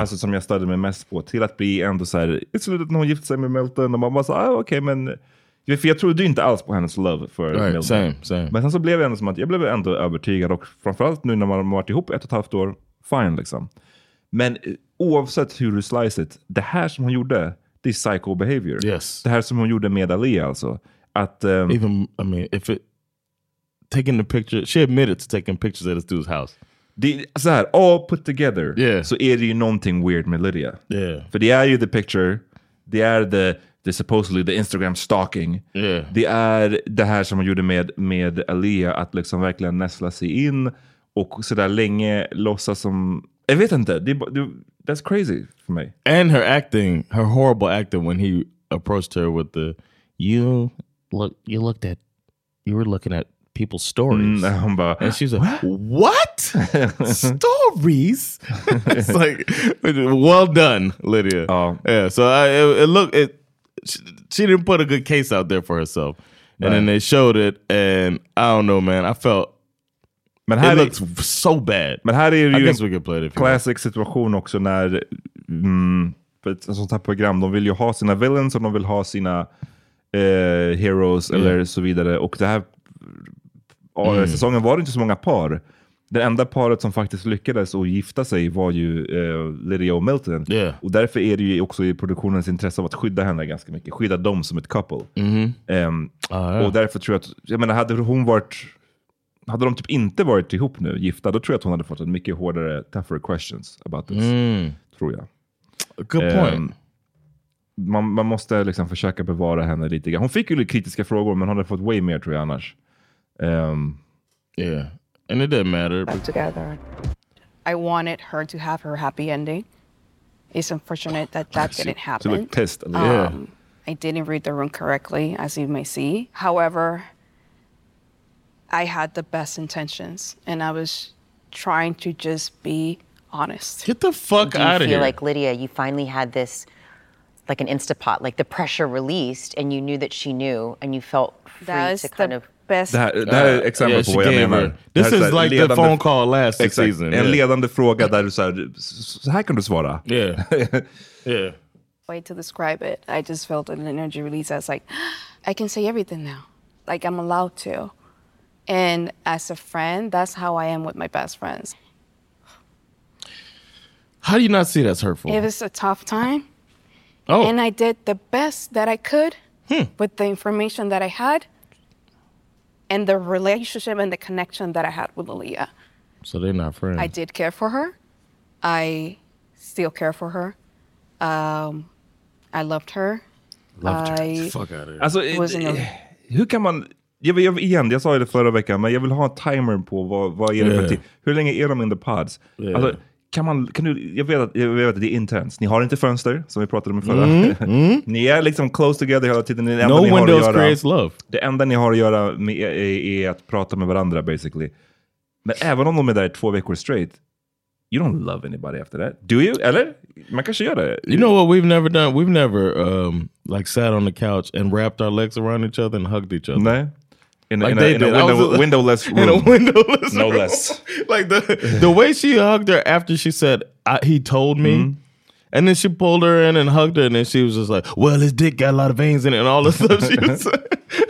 Alltså som jag störde mig mest på. Till att bli ändå så här... I slutet när hon gifte sig med Milton och man bara så ah, okej men... Ja, För jag trodde ju inte alls på hennes love för
Right,
Milton.
same, same.
Men sen så blev jag ändå som att jag blev ändå övertygad och framförallt nu när man har varit ihop ett och ett halvt år, fine liksom. Men eh, oavsett hur du slice it, det här som hon gjorde, det är psycho behavior.
Yes.
Det här som hon gjorde med Aaliyah alltså. Att, ehm,
Even, I mean, if it taking the picture, she admitted to taking pictures at this dude's house.
det, så här, all put together så är det ju någonting weird med Lydia.
Yeah.
För det är ju the picture, det är the, the supposedly the Instagram stalking. Det är det här som hon gjorde med, med Alia, att liksom verkligen näsla sig in och sådär länge låtsas som... Jag vet inte, det, är bara- det, that's crazy för mig.
And her acting, her horrible acting when he approached her with the you look you looked at you were looking at people's stories.
Mm, I'm about-
and she's like, What? stories? it's like well done, Lydia.
Oh.
yeah, so I it, it looked it she, she didn't put a good case out there for herself. And then
Right.
they showed it and I don't know, man. I felt
Men
it
här,
looks
är,
so bad.
men här är
I
det ju
guess we could play it
en
if you want.
classic situation också när... Mm, för ett sånt här program, de vill ju ha sina villains och de vill ha sina eh, heroes eller så vidare. Och det här ja,
Mm.
säsongen var det inte så många par. Det enda paret som faktiskt lyckades att gifta sig var ju eh, Lydia och Milton.
Yeah.
Och därför är det ju också i produktionens intresse av att skydda henne ganska mycket. Skydda dem som ett couple.
Mhm.
Ehm,
Ah, ja.
Och därför tror jag att, jag menar hade hon varit, hade de typ inte varit ihop nu, gifta, då tror jag att hon hade fått en mycket hårdare, tougher questions about this.
Mm.
Tror jag.
Good point.
Ehm, man, man måste liksom försöka bevara henne lite grann. Hon fick ju lite kritiska frågor, men hon hade fått way mer tror jag annars. Ehm,
yeah. And it didn't matter.
together. I wanted her to have her happy ending. It's unfortunate that that
She-
didn't
she
happen.
looked pissed, Aaliyah.
Um, I didn't read the room correctly, as you may see. However, I had the best intentions, and I was trying to just be honest.
Get the fuck
Do you feel like Lydia, you finally had this, like an Instapot, like the pressure released, and you knew that she knew, and you felt free
That
to
is
kind
the
of
best.
Det här, det här är ett exempel
Uh, yeah,
på
she
vad jag
gave
menar.
her- This
Det här är
is
så här
like the phone call last
Exakt.
season,
En
yeah.
ledande fråga där du så här, "S- så här kan du svara.
Yeah. yeah.
way to describe it. I just felt an energy release. I was like, I can say everything now. Like I'm allowed to. And as a friend, that's how I am with my best friends.
How do you not see that's hurtful?
It was a tough time.
Oh. Hmm.
And I did the best that I could with the information that I had and the relationship and the connection that I had with Aaliyah.
So they're not friends.
I did care for her. I still care for her. Um, I loved her.
Loved her.
I
Fuck outta here.
Alltså,
was in a-
eh, hur kan man... Jag, vill- jag, vill- igen, jag sa ju det förra veckan, men jag vill ha en timer på vad, vad är det
Yeah.
för tid. Hur länge är de in the pods? Alltså, kan man, kan du, jag, vet att, jag vet att det är intens. Ni har inte fönster, som vi pratade om i förra.
Mm,
ni är liksom close together hela tiden. Det enda
No
ni har att
windows
göra-
creates love.
Det enda ni har att göra med, är, är att prata med varandra basically. Men även om de är där två veckor straight, you don't love anybody after that. Do you? Eller? Man kanske gör det.
You know what we've never done? We've never um, like sat on the couch and wrapped our legs around each other and hugged each other.
No. In a- in a- in a
I was a-
window- windowless
In a
room.
windowless
No
room.
less.
like the the way she hugged her after she said I, he told me.
Mm-hmm.
And then she pulled her in and hugged her, and then she was just like, "Well, his dick got a lot of veins in it, and all this stuff." She was,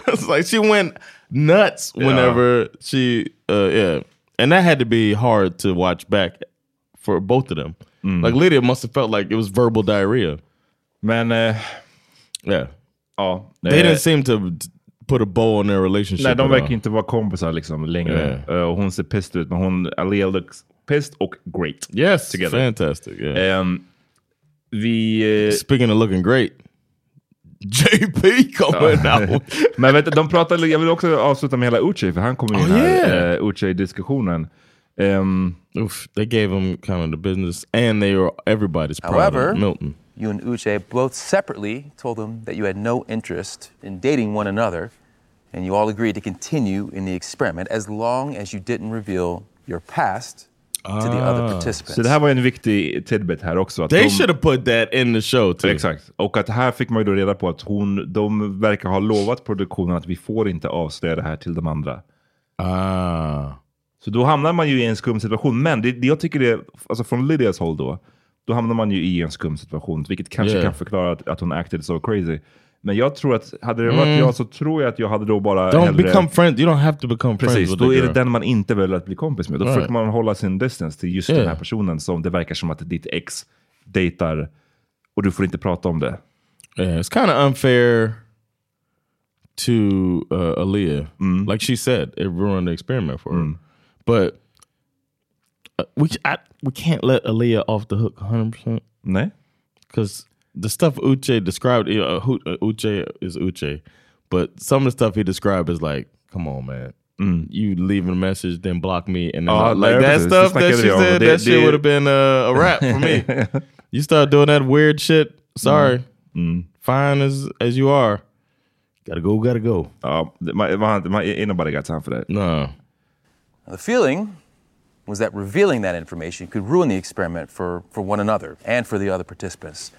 it's like she went nuts
Yeah.
whenever she, uh, yeah. And that had to be hard to watch back for both of them.
Mm.
Like Lydia must have felt like it was verbal diarrhea.
Man, uh,
yeah,
oh,
they
eh,
didn't seem to d- put a bow on their relationship.
Nej, de
at
verkar
all.
inte vara kompisar liksom längre. Eh, och hon ser pissed ut, men hon, Alia looks pissed och great.
Yes,
together. eh,
fantastic. Yeah.
Um, vi...
Speaking of looking great, JP coming out.
Men vet du, de pratade, jag vill också avsluta med hela Uche, för han kommer in
Oh,
här,
yeah.
eh, Uche-diskussionen. Um,
Oof, they gave him kind of the business, and they were everybody's proud
However,
of Milton.
you and Uche both separately told them that you had no interest in dating one another, and you all agreed to continue in the experiment as long as you didn't reveal your past to the other participants.
Ah. Så det här var en viktig tidbit här också. Att
They should have put that in the show too.
Exakt. Och att här fick man ju då reda på att hon, de verkar ha lovat produktionen att vi får inte avslöja det här till de andra.
Ah.
Så då hamnar man ju i en skum situation. Men det, det jag tycker det, alltså från Lydias håll då, då hamnar man ju i en skum situation. Vilket kanske
Yeah.
kan förklara att, att hon acted so crazy. Men jag tror att, hade det varit
Mm.
jag så tror jag att jag hade då bara
Don't
hellre...
become friends. You don't have to become friends.
Precis,
With
då
the
är
girl.
det den man inte väljer att bli kompis med. Då
Right.
försöker man hålla sin distance till just den
Yeah.
här personen som det verkar som att ditt ex dejtar och du får inte prata om det.
Yeah, Eh, it's kind of unfair to uh, Aaliyah. Like she said, it ruined the experiment for her. But uh, we I, we can't let Aaliyah off the hook 100. percent
No,
because the stuff Uche described, you know, who- uh, Uche is Uche, but some of the stuff he described is like, come on, man. You leaving a message, then block me, and then
Oh,
like
there it
that
is.
stuff
Just like
that she
every other.
said,
They-
that shit
they-
would have been uh, a wrap for me. you start doing that weird shit.
Mm-hmm.
Sorry, fine as as you are, gotta go, gotta go.
Uh, my, my, my, ain't nobody got time for that.
No.
The feeling was that revealing that information could ruin the experiment for, for one another and for the other participants.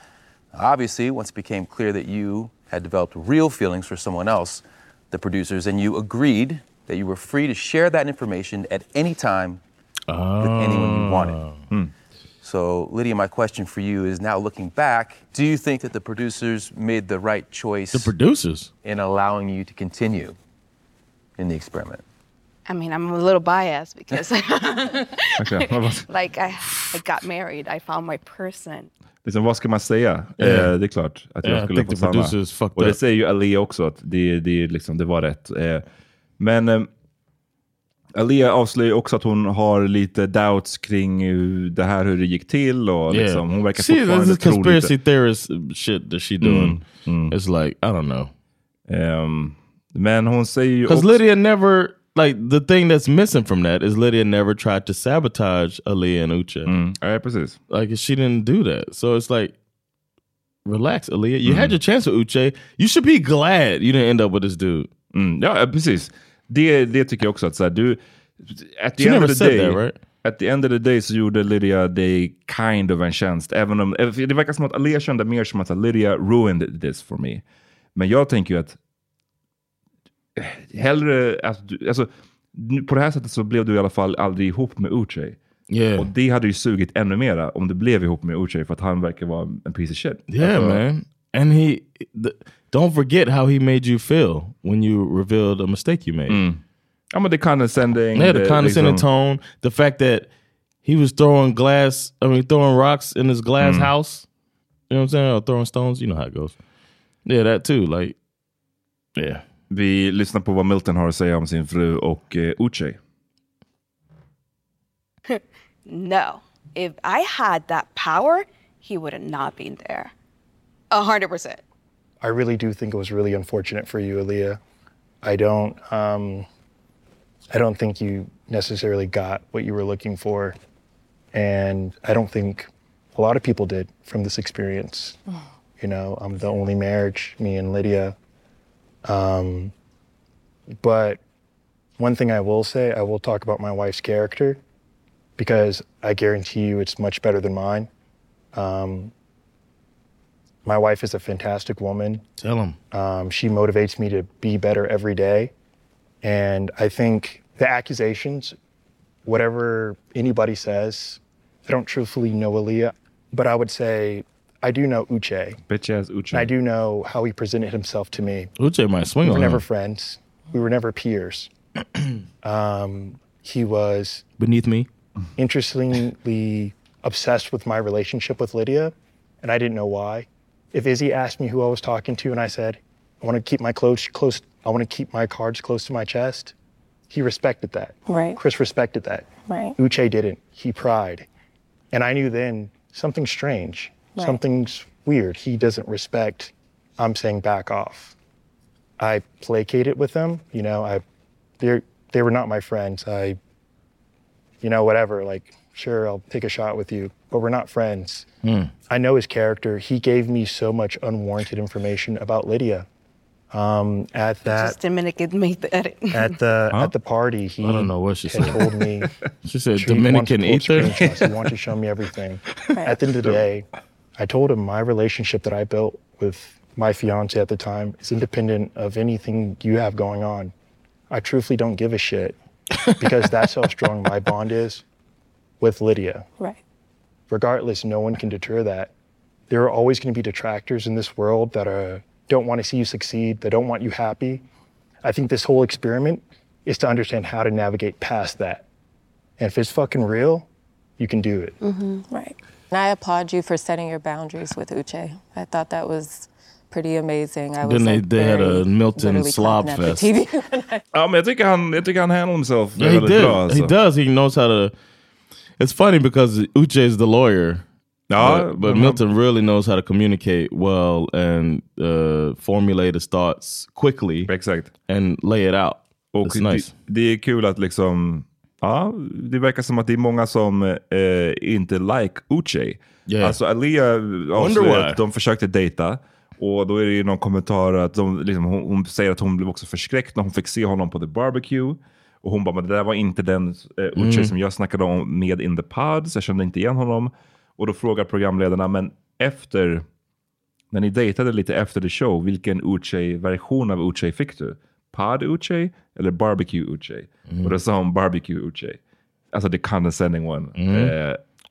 Obviously, once it became clear that you had developed real feelings for someone else, the producers and you agreed that you were free to share that information at any time with anyone you
Oh.
wanted. So, Lydia, my question for you is now looking back, do you think that the producers made the right choice
The producers.
in allowing you to continue in the experiment?
I mean, I'm a little biased because,
Okay, vad- vad-
like, I, I got married. I found my person.
Liksom, vad ska man säga?
Yeah.
Eh, det är klart att
Yeah, I
jag skulle
think
få
the producers
stanna.
fucked
Och det
up.
säger ju Alia också, att det, det, är liksom, det var rätt. Eh, men eh, Alia avslöjar ju också att hon har lite doubts kring hur, det här, hur det gick till. Och,
Yeah.
liksom, hon verkar
See, this
fortfarande
is
tro
conspiracy
lite.
theorist shit that she doing. It's like I don't know.
men hon säger ju
because
också-
Lydia never like the thing that's missing from that is Lydia never tried to sabotage Aaliyah and Uche.
Right, precis.
Like she didn't do that, so it's like relax, Aaliyah. You had your chance with Uche. You should be glad you didn't end up with this dude.
ja, eh, precis. Det, det tycker jag också. att så här, du, at the
She
end
never
of the
said
day,
that, right?
At the end of the day så gjorde Lydia dig kind of en tjänst. Även om, eh, det verkar som att Alia kände mer som att Lydia ruined this for me. Men jag tänker ju att eh, hellre att du, alltså, nu- på det här sättet så blev du i alla fall aldrig ihop med Uche.
Yeah.
Och det hade ju sugit ännu mera om du blev ihop med Uche för att han verkar vara en piece of shit.
Yeah,
Alltså,
man. And he, th- don't forget how he made you feel when you revealed a mistake you made.
I'm a the condescending.
Yeah, the,
the-
condescending
liksom-
tone. The fact that he was throwing glass, I mean, throwing rocks in his glass
Mm.
house. You know what I'm saying? Or throwing stones. You know how it goes. Yeah, that too. Like, yeah.
Vi lyssnar på vad Milton har att säga om sin fru och eh, Uche.
no. If I had that power, he would have not been there. A hundred percent.
I really do think it was really unfortunate for you, Aaliyah. I don't, um, I don't think you necessarily got what you were looking for, and I don't think a lot of people did from this experience. You know, I'm the only marriage, me and Lydia. Um, but one thing I will say, I will talk about my wife's character because I guarantee you it's much better than mine. Um, my wife is a fantastic woman.
Tell him.
Um, she motivates me to be better every day. And I think the accusations, whatever anybody says, I don't truthfully know Aaliyah, but I would say I do know Uche.
Bitch ass Uche.
I do know how he presented himself to me.
Uche might swing
we were
on
never
him.
friends. We were never peers. um, he was
Beneath me.
interestingly obsessed with my relationship with Lydia, and I didn't know why. If Izzy asked me who I was talking to, and I said, "I want to keep my close, close, I want to keep my cards close to my chest," he respected that.
Right.
Chris respected that.
Right.
Uche didn't. He pried, and I knew then something's strange.
Right.
Something's weird. He doesn't respect. I'm saying back off. I placated with them. You know, I they they were not my friends. I you know, whatever, like, sure, I'll take a shot with you, but we're not friends.
Mm.
I know his character. He gave me so much unwarranted information about Lydia. Um, at
Just
that,
a minute, could make the edit.
at the at the party, he
I don't know what she
had
said.
told me.
She said
"She wants to
Dominican
pull up
ether?"
screenshots. He wanted to show me everything. At the end of the day, I told him my relationship that I built with my fiance at the time is independent of anything you have going on. I truthfully don't give a shit because that's how strong my bond is with Lydia.
Right.
Regardless, no one can deter that. There are always going to be detractors in this world that are, don't want to see you succeed, that don't want you happy. I think this whole experiment is to understand how to navigate past that. And if it's fucking real, you can do it.
hmm Right. And I applaud you for setting your boundaries with Uche. I thought that was pretty amazing. I was
Then they-
like,
they had a
very
Milton
literally
slob
clapping at
fest.
the TV.
Ja, men jag tycker han, jag tycker han handle himself
Yeah, he
väldigt
did.
bra. Alltså.
He does. He knows how to. It's funny because Uche is the lawyer.
Ja,
but, but
men-
Milton really knows how to communicate well and uh, formulate his thoughts quickly.
Exakt.
And lay it out.
Och
It's nice.
det, det är kul att liksom, ja, det verkar som att det är många som eh, inte like Uche.
Yeah.
Alltså Alia
why.
avslöjade att de försökte dejta. Och då är det ju någon kommentar att de, liksom, hon, hon säger att hon blev också förskräckt när hon fick se honom på the barbecue. Och hon bara, men det där var inte den eh, Uche
Mm.
som jag snackade om med in the pod, så jag kände inte igen honom. Och då frågar programledarna, men efter, när ni dejtade lite efter the show, vilken Uche-version av Uche fick du? Pod Uche eller Barbecue Uche?
Mm.
Och då sa hon Barbecue Uche. Alltså the condescending one.
Mm.
Eh,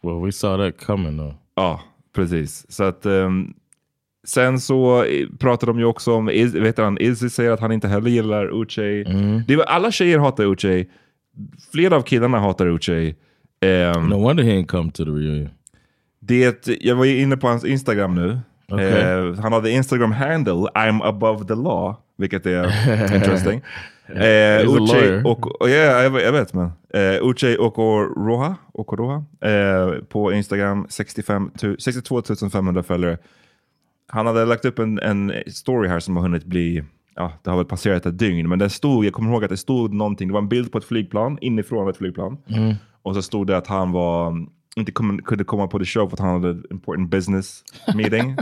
well, we saw that coming though.
Ja, precis. Så att, ehm, sen så eh, pratar de ju också om, Iz- vet han, Izzy säger att han inte heller gillar Uche.
Mm.
Det var, alla tjejer hatar Uche. Flera av killarna hatar Uche. Ehm,
No wonder he ain't come to the reunion.
det, jag var ju inne på hans Instagram nu.
Okej.
Eh, han hade Instagram handle, I'm above the law, vilket är interesting. Eh,
He's a
Uche
lawyer.
och, och, ja, jag, jag vet men. Eh, Uche Okoroha, Okoroha eh, på Instagram, 65, tu- 62 500 följare. Han hade lagt upp en, en story här som har hunnit bli, ja, det har väl passerat ett dygn, men det stod, jag kommer ihåg att det stod någonting, det var en bild på ett flygplan, inifrån ett flygplan.
Mm.
Och så stod det att han var, mm, inte kom, kunde komma på the show för att han hade en important business meeting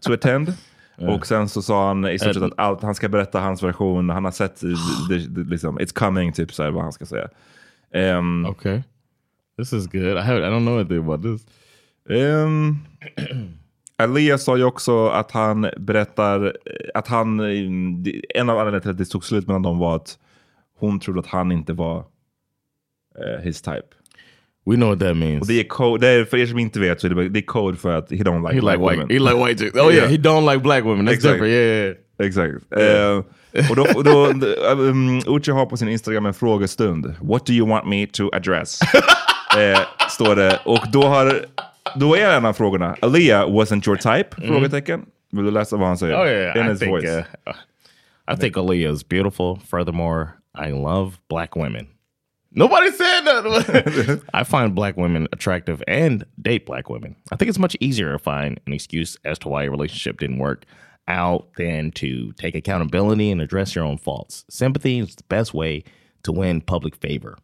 to attend. Och sen så sa han i stort sett att allt, han ska berätta hans version, han har sett, det, det, liksom, it's coming, typ så här, vad han ska säga. Um,
okay. This is good. I, have, I don't know anything about this.
Um, Alia sa ju också att han berättar eh, att han, eh, det- en av anledningarna till att det tog slut mellan dem var att hon trodde att han inte var eh, his type.
We know what that means.
Och det är code, det är, för er som inte vet så är det, det är code för att he don't like
He
black
like white-
women.
he like white chicks. Oh, yeah, he don't like black women. That's different.
Exakt. Eh, och då, och då um, Uche har på sin Instagram en frågestund. What do you want me to address? eh, står det. Och då, har, då är en av frågorna. Alia wasn't your type?
Mm.
Frågetecken. Vill du läsa vad han säger?
Oh yeah,
In
I
his
think
voice.
uh, I think Aaliyah is beautiful. Furthermore, I love black women. Nobody said nothing. I find black women attractive and date black women. I think it's much easier to find an excuse as to why your relationship didn't work out than to take accountability and address your own faults. Sympathy is the best way to win public favor.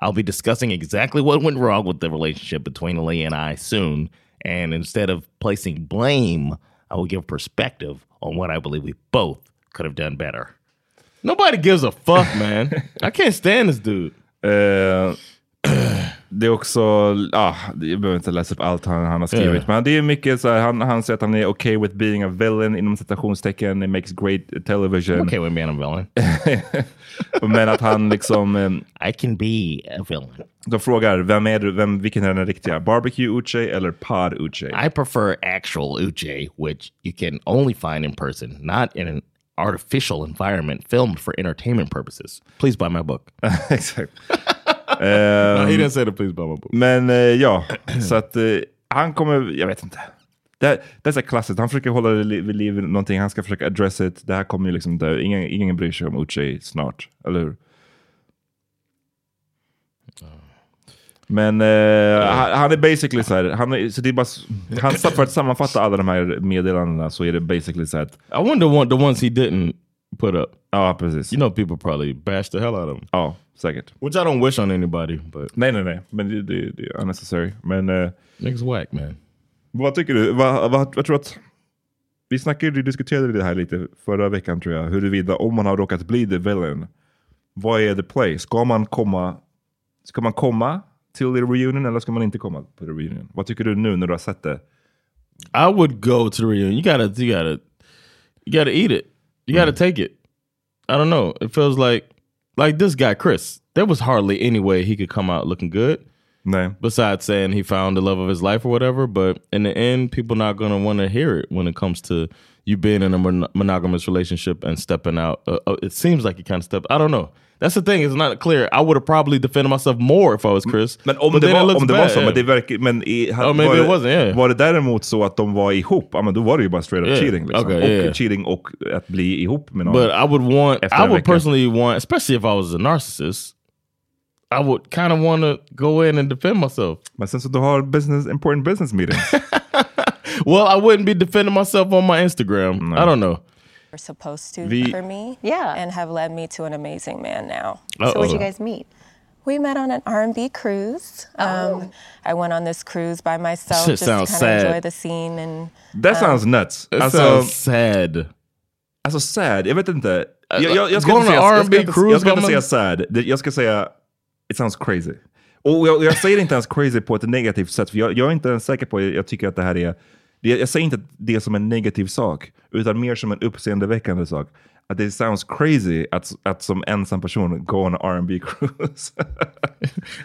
I'll be discussing exactly what went wrong with the relationship between Aaliyah and I soon, and instead of placing blame, I will give perspective on what I believe we both could have done better. Nobody gives a fuck, man. I can't stand this dude.
Eh, det är också, ah, jag behöver inte läsa upp allt han, han har skrivit,
Ja.
men det är mycket så här, han, han säger att han är okay with being a villain inom citationstecken, it makes great television.
I'm okay with being a villain.
men att han liksom...
I can be a villain.
De frågar, vem är du, vem, vilken är den riktiga? Barbecue Uche eller Pod Uche?
I prefer actual Uche, which you can only find in person, not in an artificial environment filmed for entertainment purposes. Please buy my book.
Exakt.
no, he
Ehm,
didn't say the please buy my book.
Men eh, ja, så att eh, han kommer, jag vet inte. Det, här, det är så här klassiskt, han försöker hålla det li- vid liv, någonting, han ska försöka address it. Det här kommer ju liksom dö, ingen, ingen bryr sig om Uche snart, eller hur? Men eh, han, han är basically så här, han, är, så det är bara, s- han, för att sammanfatta alla de här meddelandena så är det basically så här att...
I wonder what the ones he didn't put up.
Ja, precis.
You know people probably bash the hell out of him.
Ja, säkert.
Which I don't wish on anybody. But.
Nej, nej, nej. Men det, det, det är unnecessary. Men... eh,
Niggas whack man.
Vad tycker du? Vad, vad, jag tror att vi snackade, vi diskuterade det här lite förra veckan tror jag. Huruvida om man har råkat bli the villain. Vad är the play? Ska man komma, ska man komma till the reunion eller ska man inte komma på the reunion? Vad tycker du nu när du har sett det?
I would go to the reunion. You gotta, you gotta, you gotta eat it. You gotta take it. I don't know. It feels like, like this guy Chris. There was hardly any way he could come out looking good.
No.
Besides saying he found the love of his life or whatever, but in the end, people not gonna want to hear it when it comes to you being in a mon- monogamous relationship and stepping out. Uh, uh, it seems like you kind of step. I don't know. That's the thing. It's not clear. I would have probably defended myself more if I was Chris.
Men om
But
det
then it
var,
looks
om det var
bad,
så,
yeah.
men det verkar... Men i, han-
Oh, maybe
var, det-
it wasn't, yeah.
var det däremot så att de var ihop, ja, men då var det ju bara straight up
Yeah.
cheating. Liksom.
Okay,
och
yeah.
cheating och att bli ihop med någon.
But I would want,
After
I
that
would
weekend.
personally want, especially if I was a narcissist, I would kind of want to go in and defend myself.
Men sen så du har business, important business meetings.
well, I wouldn't be defending myself on my Instagram. I don't know.
were supposed to
The-
for me. Yeah. And have led me to an amazing man now.
So where'd you Uh-oh. guys
meet? We met on an R&B cruise.
Oh.
Um, I went on this cruise by myself
Shit
just
sounds
to kind
sad.
of enjoy the scene and um,
That sounds nuts.
That
Alltså-
sounds sad. Uh,
Alltså sad, jag vet inte. Jag, jag, jag ska
Go
inte
on
säga,
a
jag ska
R&B
inte,
cruise
jag ska inte
by
säga
my-
sad, Det- jag ska säga it sounds crazy. Och jag, jag säger inte ens crazy på ett negativt sätt, för jag, jag är inte ens säker på, jag, jag tycker att det här är, det, jag säger inte det som en negativ sak, utan mer som en uppseendeväckande sak. Att det sounds crazy att, att som ensam person go on a R&B cruise.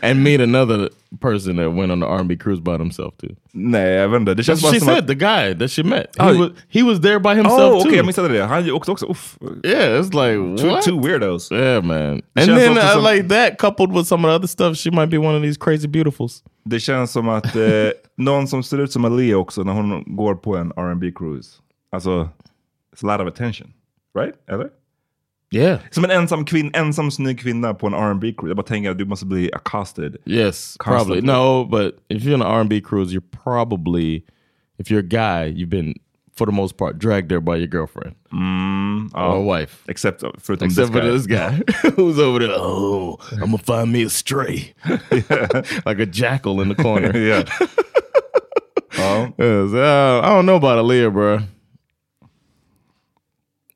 And meet another person that went on the R&B cruise by himself too.
Nej, jag vet inte. Det känns bara
she
som
said
att...
the guy that she met. He,
Oh.
was, he was there by himself
Oh,
too.
okej, jag missade det. Han åkte också, uff.
Yeah, it's like
Two,
what?
two weirdos.
Yeah, man.
Det
and
känns
then
också
uh,
som-
like that, coupled with some of the other stuff, she might be one of these crazy beautifuls.
Det känns som att eh, någon som ser ut som Aaliyah också när hon går på en R&B cruise. Alltså, it's a lot of attention. Right? Eller?
Yeah.
Som en ensam, kvin- ensam snygg kvinna på en R&B cruise. Jag bara tänker att du måste bli accosted.
Yes, probably.
constantly.
No, but if you're on an R&B cruise, you're probably, if you're a guy, you've been, for the most part, dragged there by your girlfriend or wife.
Mm, oh. Except for,
except for this guy who's over there. Oh, I'm going to find me a stray. like a jackal in the corner.
yeah.
Yes, uh, I don't know about Aaliyah, bro.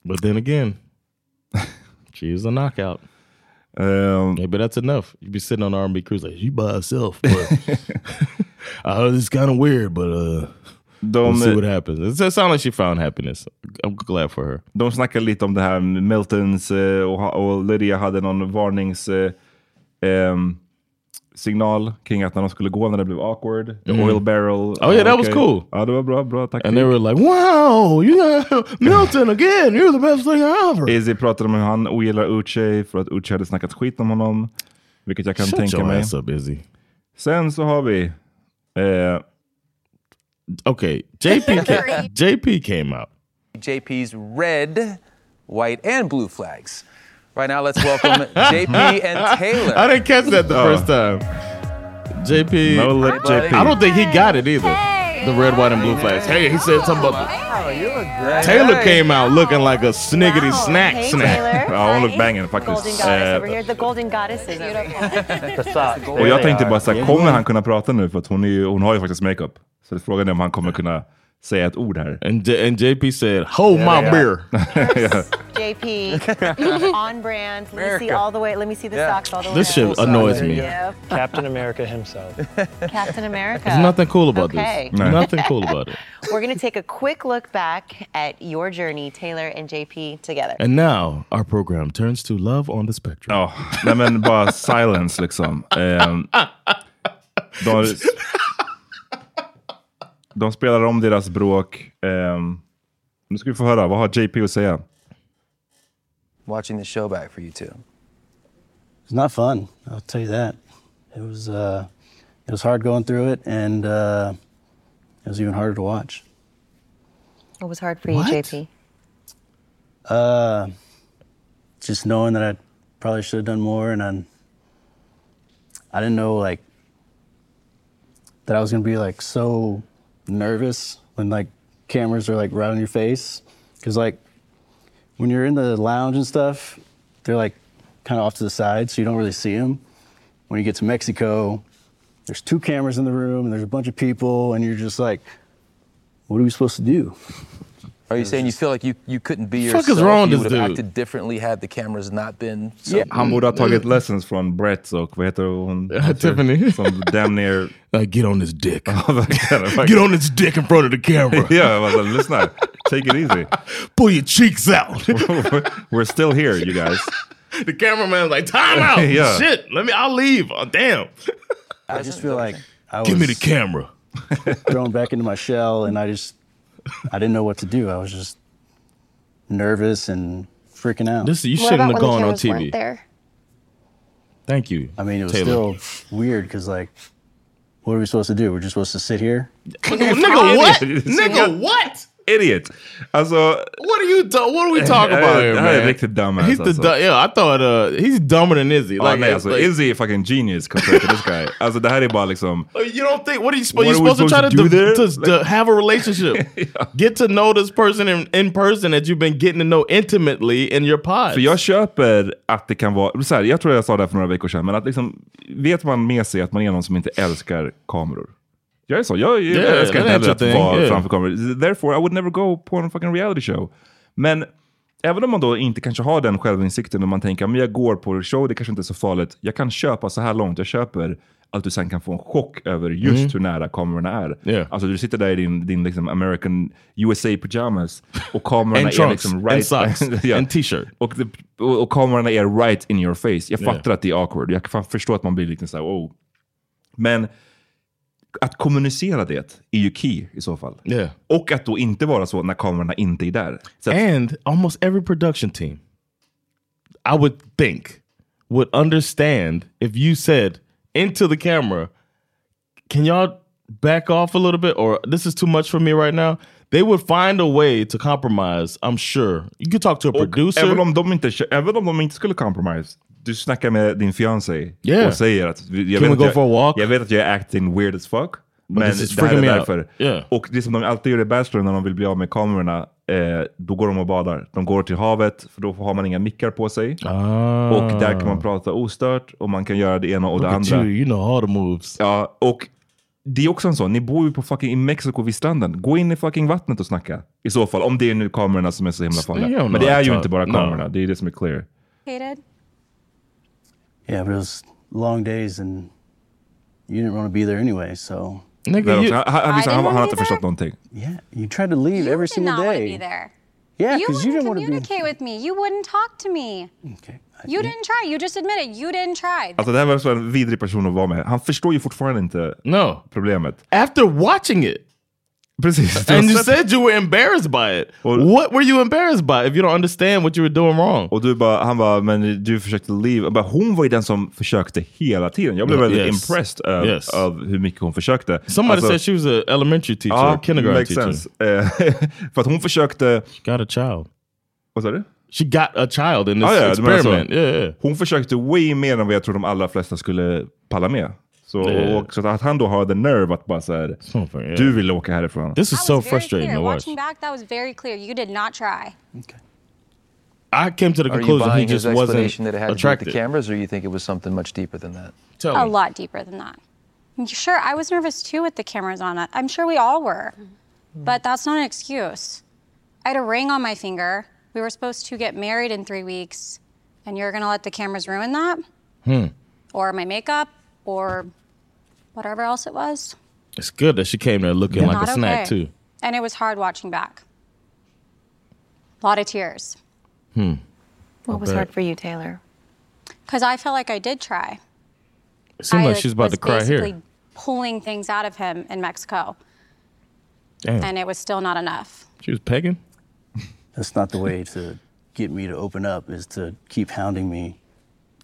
But then again, she's a knockout. Maybe that's enough. You'd be sitting on R&B cruise like, you by herself. But I heard it's kind of weird, but uh,
De-
we'll see what happens. It does sound like she found happiness. I'm glad for her.
De snackade lite om det här med Miltons eh, och, och Lydia hade någon varnings... eh, ehm, signal kring att när de skulle gå när det blev awkward. The
Mm.
oil barrel.
Oh, yeah, that was
Okej.
cool.
Ja, det var bra, bra taktik.
And they were like, wow, you got Milton again. You're the best thing ever.
Izzy pratade om hur han ogillar Uche för att Uche hade snackat skit om honom. Vilket jag kan
Shut
tänka
your
mig.
ass up, Izzy.
Sen så har vi... Eh,
Uh, okay, JP, ca- JP came out.
JP's red, white, and blue flags. Right now, let's welcome JP and Taylor.
I didn't catch that the
Oh.
first time. JP.
No lip, JP.
I don't think he got it either. The red, white, and blue flags. Hey, he said something about
Oh, you look
the-
great.
Taylor came out looking like a sniggity snack
Hey,
snack.
Taylor.
I don't look banging
Golden goddess over here. The golden goddess is beautiful.
Och jag tänkte bara så här, kommer han kunna prata nu? För att hon, är, ju- hon har ju faktiskt makeup. Så frågan är om han kommer kunna säga ett ord här.
And, JP said, hold my beer.
JP, on brand. Let me see
America.
all the way. Let me see the socks all the way.
This shit
down.
annoys me.
Yeah.
Captain America himself.
Captain America.
There's nothing cool about
Okay.
this. Nothing cool about it.
We're going to take a quick look back at your journey, Taylor and JP, together.
And now our program turns to love on the spectrum.
Ja, nej men bara silence liksom. Ehm, de, de spelar om deras bråk. Ehm, nu ska vi få höra, vad har JP att säga?
Watching the show back for you two.
It's not fun. I'll tell you that. It was uh, it was hard going through it, and uh, it was even harder to watch.
What was hard for you, JP?
Uh, just knowing that I probably should have done more, and I'm, I i did not know like that I was gonna be like so nervous when like cameras are like right on your face, because like when you're in the lounge and stuff, they're like kind of off to the side, so you don't really see them. When you get to Mexico, there's two cameras in the room, and there's a bunch of people, and you're just like, what are we supposed to do?
Are you saying you feel like you, you couldn't be
Fuck
yourself?
is wrong
you
with
would
this
have
dude?
acted differently had the cameras not been. So
Han borde ha tagit
mm.
lessons från Brett och vad heter hon?
Tiffany.
Som damn near...
Uh, get on this dick.
Get
Get on this dick in front of the camera.
yeah, I was like, listen, up. take it easy.
Pull your cheeks out.
We're still here, you guys. Ah,
the cameraman's like, time out.
Yeah.
Shit, let me, I'll leave. Oh, damn.
I just feel like I was
Give me the camera.
thrown back into my shell, and I just I didn't know what to do. I was just nervous and freaking out.
This- you What shouldn't about have when the gone on cameras weren't TV. there? Thank you.
I mean, it was
Taylor.
still weird because like, what are we supposed to do? We're just supposed to sit here.
Nigga, what?
Idiot.
Nigga, what?
Idiot. Alltså,
What are you? Do- what are we talking
Det här
about
är-
here,
det här är
man?
riktigt dumbass, Oh,
He's the
alltså.
du- yeah, I thought uh, he's dumber than Izzy.
Ja, nej, alltså, Izzy är fucking genius compared to this guy. Alltså det här är bara liksom...
Like, oh, you don't think what are you
What
supposed? You're
are we
supposed, to try to,
supposed to do
de-
there?
to- to have a relationship, get to know this person in, in person that you've been getting to know intimately in your pod.
För jag köper att det kan vara, så här, jag tror jag sa det här för några veckor sedan, men att liksom, vet man med sig att man är någon som inte älskar kameror. Jag är så, jag, jag
Yeah,
älskar
that ain't
inte heller
your
att
thing,
vara
yeah.
framför kameror. Therefore I would never go på en fucking reality show. Men även om man då inte kanske har den självinsikten och man tänker, men jag går på en show, det kanske inte är så farligt. Jag kan köpa så här långt, jag köper att du sen kan få en chock över just
Mm.
hur nära kamerorna är.
Yeah.
Alltså du sitter där i din, din liksom American USA pyjamas och kamerorna
And trunks,
är liksom
and
right...
socks, and t-shirt.
Och, det, och, och kamerorna är right in your face. Jag
Yeah.
fattar att det är awkward. Jag kan förstå att man blir lite såhär, wow. Men att kommunicera det är ju key i så fall.
Yeah.
Och att då inte vara så när kamerorna inte är där. Så att,
and almost every production team, I would think, would understand if you said into the camera, "Can y'all back off a little bit?" Or "This is too much for me right now." They would find a way to compromise. I'm sure you could talk to a producer.
även, om de inte, även om de inte skulle compromise, du snackar med din fiancé
Yeah.
och säger att jag
Can we
vet,
go
att
for a
jag, jag vet att jag är acting weird as fuck.
But
Men
this is
det här är
freaking me out.
därför.
Yeah.
Och det som de alltid gör i Bachelor när de vill bli av med kamerorna, eh, då går de och badar. De går till havet, för då har man inga mickar på sig.
Ah.
Och där kan man prata ostört och man kan göra det ena och det
Look at
andra.
you, you know all the moves.
Ja, och det är också en sån, ni bor ju på fucking i Mexiko vid stranden. Gå in i fucking vattnet och snacka. I så fall, om det är nu kamerorna som är så himla
You
farliga.
don't
Men det
know
är
how
ju
to
inte bara
talk.
kamerorna, det är det som är clear.
Yeah, but it was long days, and you didn't want to be there anyway. So
Nigga, That you- was- I- I- I- I didn't wanna be there.
Yeah, you tried to leave every
did
single
not want to
day.
be there.
Yeah,
you
because you,
wouldn't
didn't want to be.
communicate with me. You wouldn't talk to me.
Okay.
You didn't try. You just admitted you didn't try.
Alltså det här var så en vidrig person att vara med. Han förstår ju fortfarande inte problemet.
After watching it.
Precis.
And you said you were embarrassed by it. what were you embarrassed by if you don't understand what you were doing wrong?
Och du bara, han bara, men du försökte leave. Jag Bara, hon var ju den som försökte hela tiden. Jag blev väldigt
Yes.
impressed av,
Yes.
av hur mycket hon försökte.
Somebody
Alltså-
said she was an elementary teacher,
Ja,
a kindergarten
Ah, makes
teacher.
sense. Eh, för att hon försökte...
She got a child.
Vad sa du?
She got a child in this
Ah, ja, du menar så.
experiment. yeah, yeah.
Hon försökte way mer än vad jag tror de allra flesta skulle palla med. Så,
Yeah.
och, så att han då har the nerve att bara så här, du vill åka härifrån.
This is so
Clear. Watching back, that was very clear. You did not try.
I came to the
Are you
conclusion he
buying his
just wasn't
explanation that it had to do
attracted.
with the cameras, or you think it was something much deeper than that?
a lot deeper than that. Sure, I was nervous too with the cameras on. I'm sure we all were. But that's not an excuse. I had a ring on my finger. We were supposed to get married in three weeks, and you're going to let the cameras ruin that?
Hmm.
Or my makeup? Or whatever else it was?
It's good that she came there looking like
Not
a snack
okay.
too.
And it was hard watching back. A lot of tears.
Hmm.
What
I was bet. hard
for you, Taylor? Because I felt like I did try.
It seemed
I,
like she's about
was
to cry
basically
here.
Pulling things out of him in Mexico,
Damn.
and it was still not enough.
She was pegging?
That's not the way to get me to open up, is to keep hounding me,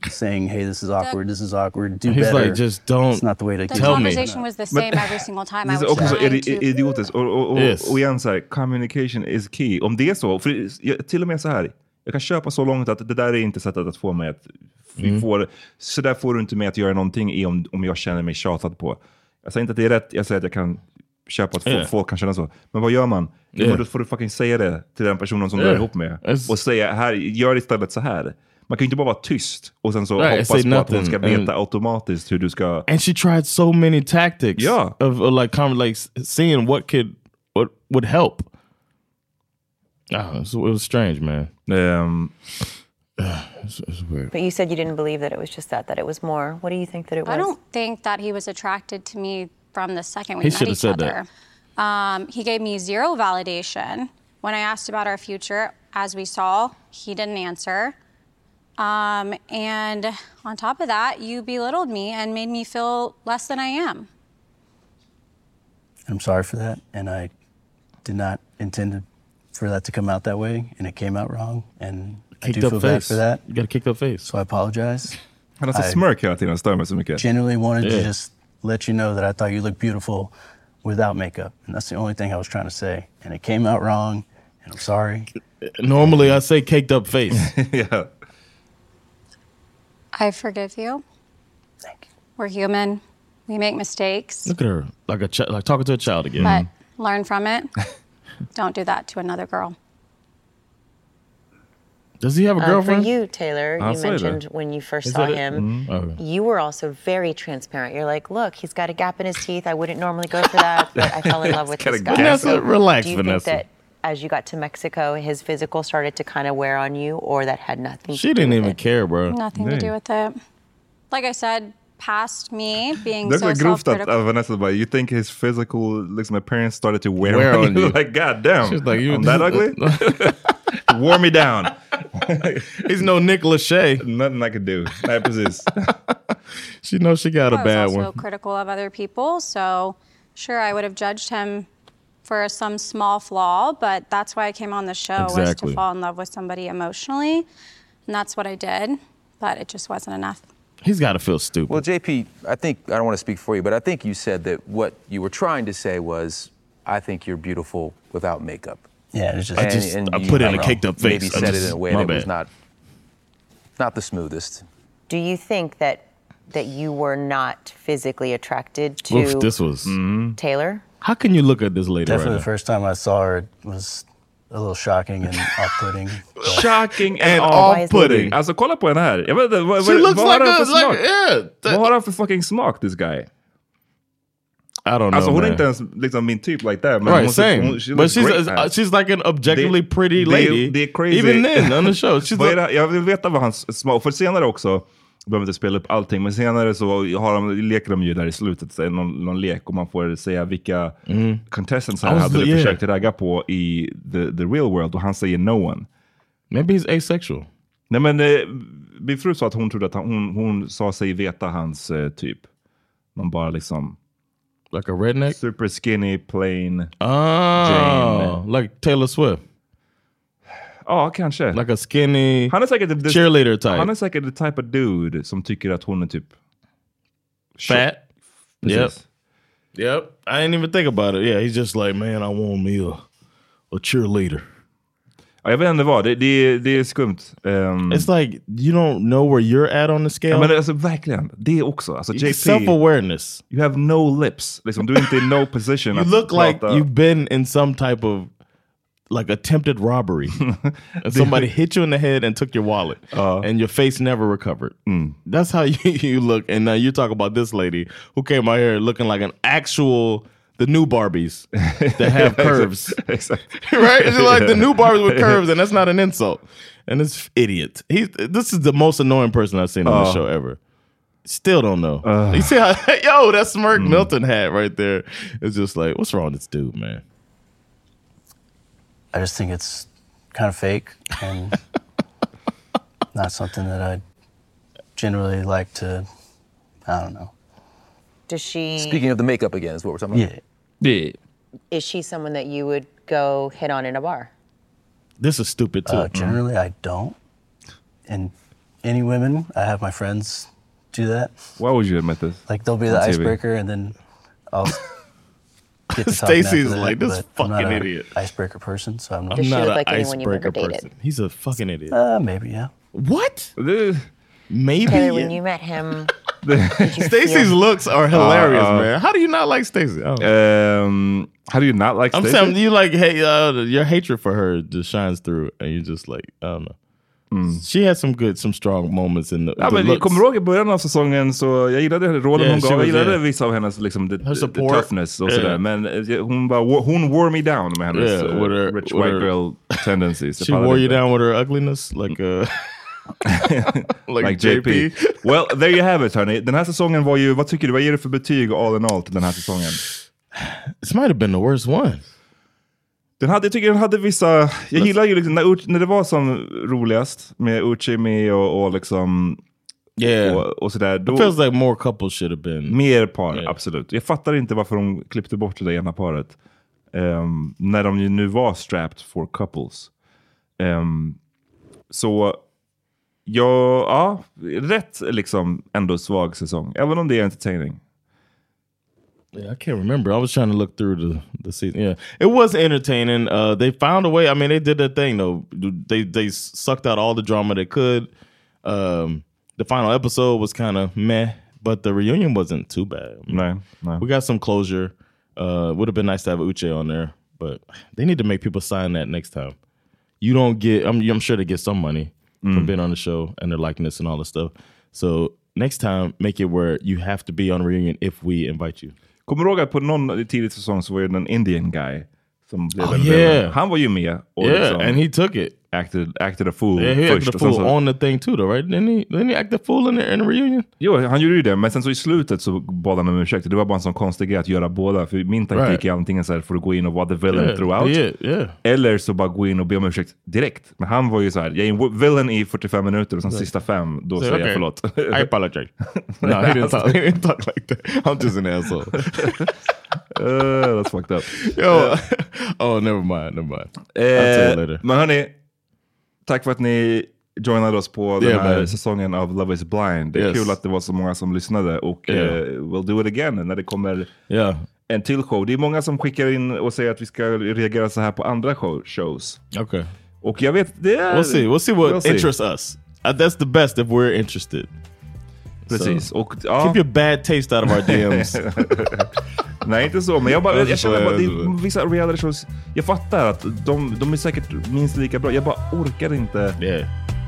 saying, hey, this is awkward, this is awkward, do
He's
better.
like, just don't
It's not the way to
The
keep
conversation was the
Men-
same every single time.
Det
I
är
was
så- också så
trying
idi-
to.
idiotiskt. Och, och, och,
Yes.
och igen, så här, communication is key. Om det är så, för det- jag, till och med så här, jag kan köpa så långt att det där är inte sättet att få mig att... vi
Mm.
Får, så där får du inte mig att göra någonting i om, om jag känner mig tjatad på. Jag säger inte att det är rätt, jag säger att jag kan köpa att folk,
Yeah.
folk kan känna så. Men vad gör man? Jo,
Yeah.
Men då får du fucking säga det till den personen som du är
Yeah.
ihop med.
It's-
Och säga, här, gör istället så här. Man kan ju inte bara vara tyst och sen så
Right, say
hoppas på att hon
nothing.
ska veta
And-
automatiskt hur du ska...
And she tried so many tactics of, of like kind of like s- seeing what could what would help. Oh, it was strange, man.
Um,
it's, it's weird.
But you said you didn't believe that it was just that, that it was more. What do you think that it was?
I don't think that he was attracted to me from the second we
He
met
should've
each
said that.
other. Um, he gave me zero validation when I asked about our future. As we saw, he didn't answer. Um, and on top of that, you belittled me and made me feel less than I am.
I'm sorry for that, and I did not intend to- for that to come out that way, and it came out wrong, and I
Kicked
do
up
feel bad
face.
for that.
You got to kick up face. So
I apologize.
Han har så smirk hela tiden, stör mig så mycket.
Genuinely wanted
Yeah.
to just let you know that I thought you looked beautiful without makeup, and that's the only thing I was trying to say, and it came out wrong, and I'm sorry.
Normally, I say caked up face.
yeah.
I forgive you. We're human. We make mistakes,
Look at her, like a ch- like talking to a child again.
but learn from it. Don't do that to another girl.
Does he have a
Uh,
girlfriend?
for you, Taylor,
I'll
you
say that.
mentioned when you first
Is
saw
that it?
him,
Mhm. Okay.
you were also very transparent. You're like, look, he's got a gap in his teeth. I wouldn't normally go for that, but I fell in love with
Got a
this guy.
gap. Vanessa,
So
relax,
Do you
Vanessa.
think that as you got to Mexico, his physical started to kind of wear on you, or that had nothing
She
to do
didn't
with
even
it?
care, bro.
Nothing to do with it. Like I said, past me being
Det är
so
så grovt att
self-critical.
att uh, Vanessa bara, you think his physical liksom, appearance started to wear,
Wear
on,
on
you?
you.
like, god damn,
She's like, you- uh,
I'm that ugly? Wore me down.
He's no Nick Lachey.
Nothing I could do. Nej, precis.
she knows she got a
I
bad
was also
one.
critical of other people, so sure I would have judged him for some small flaw, but that's why I came on the show was to
Exactly.
fall in love with somebody emotionally, and that's what I did. But it just wasn't enough.
He's got to feel stupid.
Well, JP, I think I don't want to speak for you, but I think you said that what you were trying to say was, I think you're beautiful without makeup.
Yeah, it's just-
I just- I
you,
put it in
don't
a caked up face.
Maybe
I
said
just-
it in a way
my
that was
bad.
not, not the smoothest.
Do you think that that you were not physically attracted to
Oof, this was.
Mm-hmm.
Taylor?
How can you look at this lady
Definitely
right
the first time I saw her it was a little shocking and off-putting. but-
Shocking
And
and, off-putting.
off-putting.
Alltså kolla på den här. Jag vet inte, vad,
She
vad,
looks
vad har
like
han
a-
för
like-
smak?
yeah,
vad har han för fucking smak, this guy?
I don't know,
Alltså hon är
man.
inte ens liksom, min typ like that. Men
Right,
hon,
same.
she
But
looks
she's-
great, man.
uh, she's like an objectively
Det-
pretty
det-
lady.
Det är crazy. uh,
Even then, on the show. She's
Vad är
like-
det- jag vill veta vad hans smak... För senare också, jag behöver inte spela upp allting, men senare så har de, leker de ju där i slutet, så är det någon, någon lek, och man får säga vilka
Mm.
contestants
I
han
was-
hade
yeah.
försökt ragga på i the, the real world, och han säger no one.
Maybe he's asexual.
Nej men, eh, min fru sa att hon trodde att han, hon, hon sa sig veta hans eh, typ. Man bara liksom...
Like a redneck?
Super skinny, plain
Oh,
Jane.
like Taylor Swift.
Ja, kanske.
Like a skinny
han är säkert the,
cheerleader type.
Han är säkert the type of dude som tycker att hon är typ...
Fat.
Precis.
Yep. Yep. I didn't even think about it. Yeah, he's just like, man, I want me a, a cheerleader.
Ja, jag vet inte vad, det, det, det är skumt. Ehm,
It's like you don't know where you're at on the
ja,
scale.
men alltså, verkligen, det också. Alltså, JP,
Self-awareness.
You have no lips. Liksom, du är inte i no position
You
att
look like
prata.
you've been in some type of like attempted robbery. And Somebody hit you in the head and took your wallet,
Uh-huh.
and your face never recovered.
Mm.
That's how you, you look. And now you talk about this lady who came out here looking like an actual the new Barbies that have curves, right? It's like the new Barbies with curves, and that's not an insult. And this idiot, he this is the most annoying person I've seen on
Oh.
the show ever. Still don't know. you see how yo that smirk
Mm.
Milton had right there? It's just like, what's wrong with this dude, man?
I just think it's kind of fake and not something that I generally like to. I don't know.
Does she?
Speaking of the makeup again, is what we're talking about.
Yeah. Yeah.
Is she someone that you would go hit on in a bar?
This is stupid
too. Uh, generally, I don't. And any women, I have my friends do that.
Why would you admit this?
Like they'll be
On
the
TV.
icebreaker, and then I'll get to talking
Stacey's
after that,
like, this
but I'm not
fucking
a
idiot.
Icebreaker person, so I'm not.
I'm not
a
an icebreaker person. He's a fucking idiot.
Uh, maybe yeah.
What? Maybe.
Taylor, when you met him,
Stacy's looks are hilarious,
Uh, uh.
man. How do you not like Stacy? Oh.
Um, how do you not like
I'm
Stacey?
saying you like hey, uh, your hatred for her just shines through, and you're just like, I don't know. She had some good, some strong moments in the.
Ja,
the
men jag
looks.
kommer ihåg Mm. i början av säsongen så jag gillade råden
Yeah,
hon
she
gav. Jag
was-
gillade
yeah.
vissa av hennes liksom, the, the
support.
toughness och
Yeah.
sådär. Men eh, hon bara, hon wore me down med hennes
Yeah,
eh,
with her-
rich
with
white
her-
girl tendencies. Jag
She
pallar
wore you
inte. Mm.
down with her ugliness, like uh, like,
Like
JP.
JP. well, there you have it hörni. Den här säsongen var ju, vad tycker du, vad ger du för betyg all in all till den här säsongen?
This might have been the worst one.
Den hade, jag tycker den hade vissa, jag gillar ju liksom när, Uch- när det var som roligast med Uchi med och, och liksom
Yeah.
och, och sådär. Då,
It feels like more couples should have been.
Mer par, absolut. Jag fattar inte varför de klippte bort det där ena paret. Ehm, när de ju nu var strapped for couples. Ehm, så, ja, ja, rätt liksom ändå svag säsong. Även om det är entertaining.
Yeah, I can't remember. I was trying to look through the, the season. Yeah, it was entertaining. Uh, they found a way. I mean, they did their thing though. They they sucked out all the drama they could. Um, the final episode was kind of meh, but the reunion wasn't too bad.
No, no.
We got some closure. Uh, would have been nice to have Uche on there, but they need to make people sign that next time. You don't get. I'm I'm sure they get some money from
Mm.
being on the show and their likeness and all this stuff. So next time, make it where you have to be on reunion if we invite you.
Kommer du ihåg att på någon tidig säsong så var ju den Indian guy som blev
Oh,
en
yeah.
villain. Han var ju med. liksom
Yeah, and he took it.
Acted, acted a fool
Yeah, he acted
först.
a
och sen
fool
så,
on the thing too, though, right? Didn't he? Didn't he act a fool in the, in the reunion?
Jo, han gjorde ju det. Men sen så i slutet så bad han om ursäkt. Det var bara en sån konstig grej att göra båda. För min taktik
Right.
är antingen så här, får du gå in och vara the villain
Yeah,
throughout.
yeah, yeah.
Eller så bara gå in och be om ursäkt direkt. Men han var ju så här, jag är en villain i 45 minuter och sen
Right.
sista fem, då
So,
säger
okay,
jag förlåt.
I apologize. No, he didn't talk- he didn't talk like that. I'm just an asshole.
uh, that's fucked up.
Yo, Uh, oh, never mind, never mind. I'll tell you later.
Eh, men hörni, tack för att ni joinade oss på den
Yeah,
här
man.
säsongen av Love is blind. Det är
Yes.
kul att det var så många som lyssnade och
Yeah.
eh, we'll do it again när det kommer
Yeah.
en till show. Det är många som skickar in och säger att vi ska reagera så här på andra show shows.
Okay.
Och jag vet, det är...
We'll see. We'll see what interests us. Uh, that's the best if we're interested.
Precis.
So,
Och, ja.
Keep your bad taste out of our DMs.
Nej, inte så. Men jag, bara, jag, jag känner bara, det
Alltså,
är vissa reality shows. Jag fattar att de, de är säkert minst lika bra. Jag bara orkar inte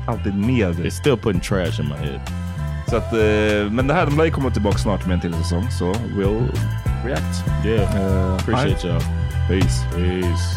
alltid med. It's
still putting trash in my head.
Så att, eh, men det här, de lär ju komma tillbaka snart med en till säsong. Så we'll react.
Yeah.
Eh,
Appreciate
hi.
y'all.
Peace.
Peace.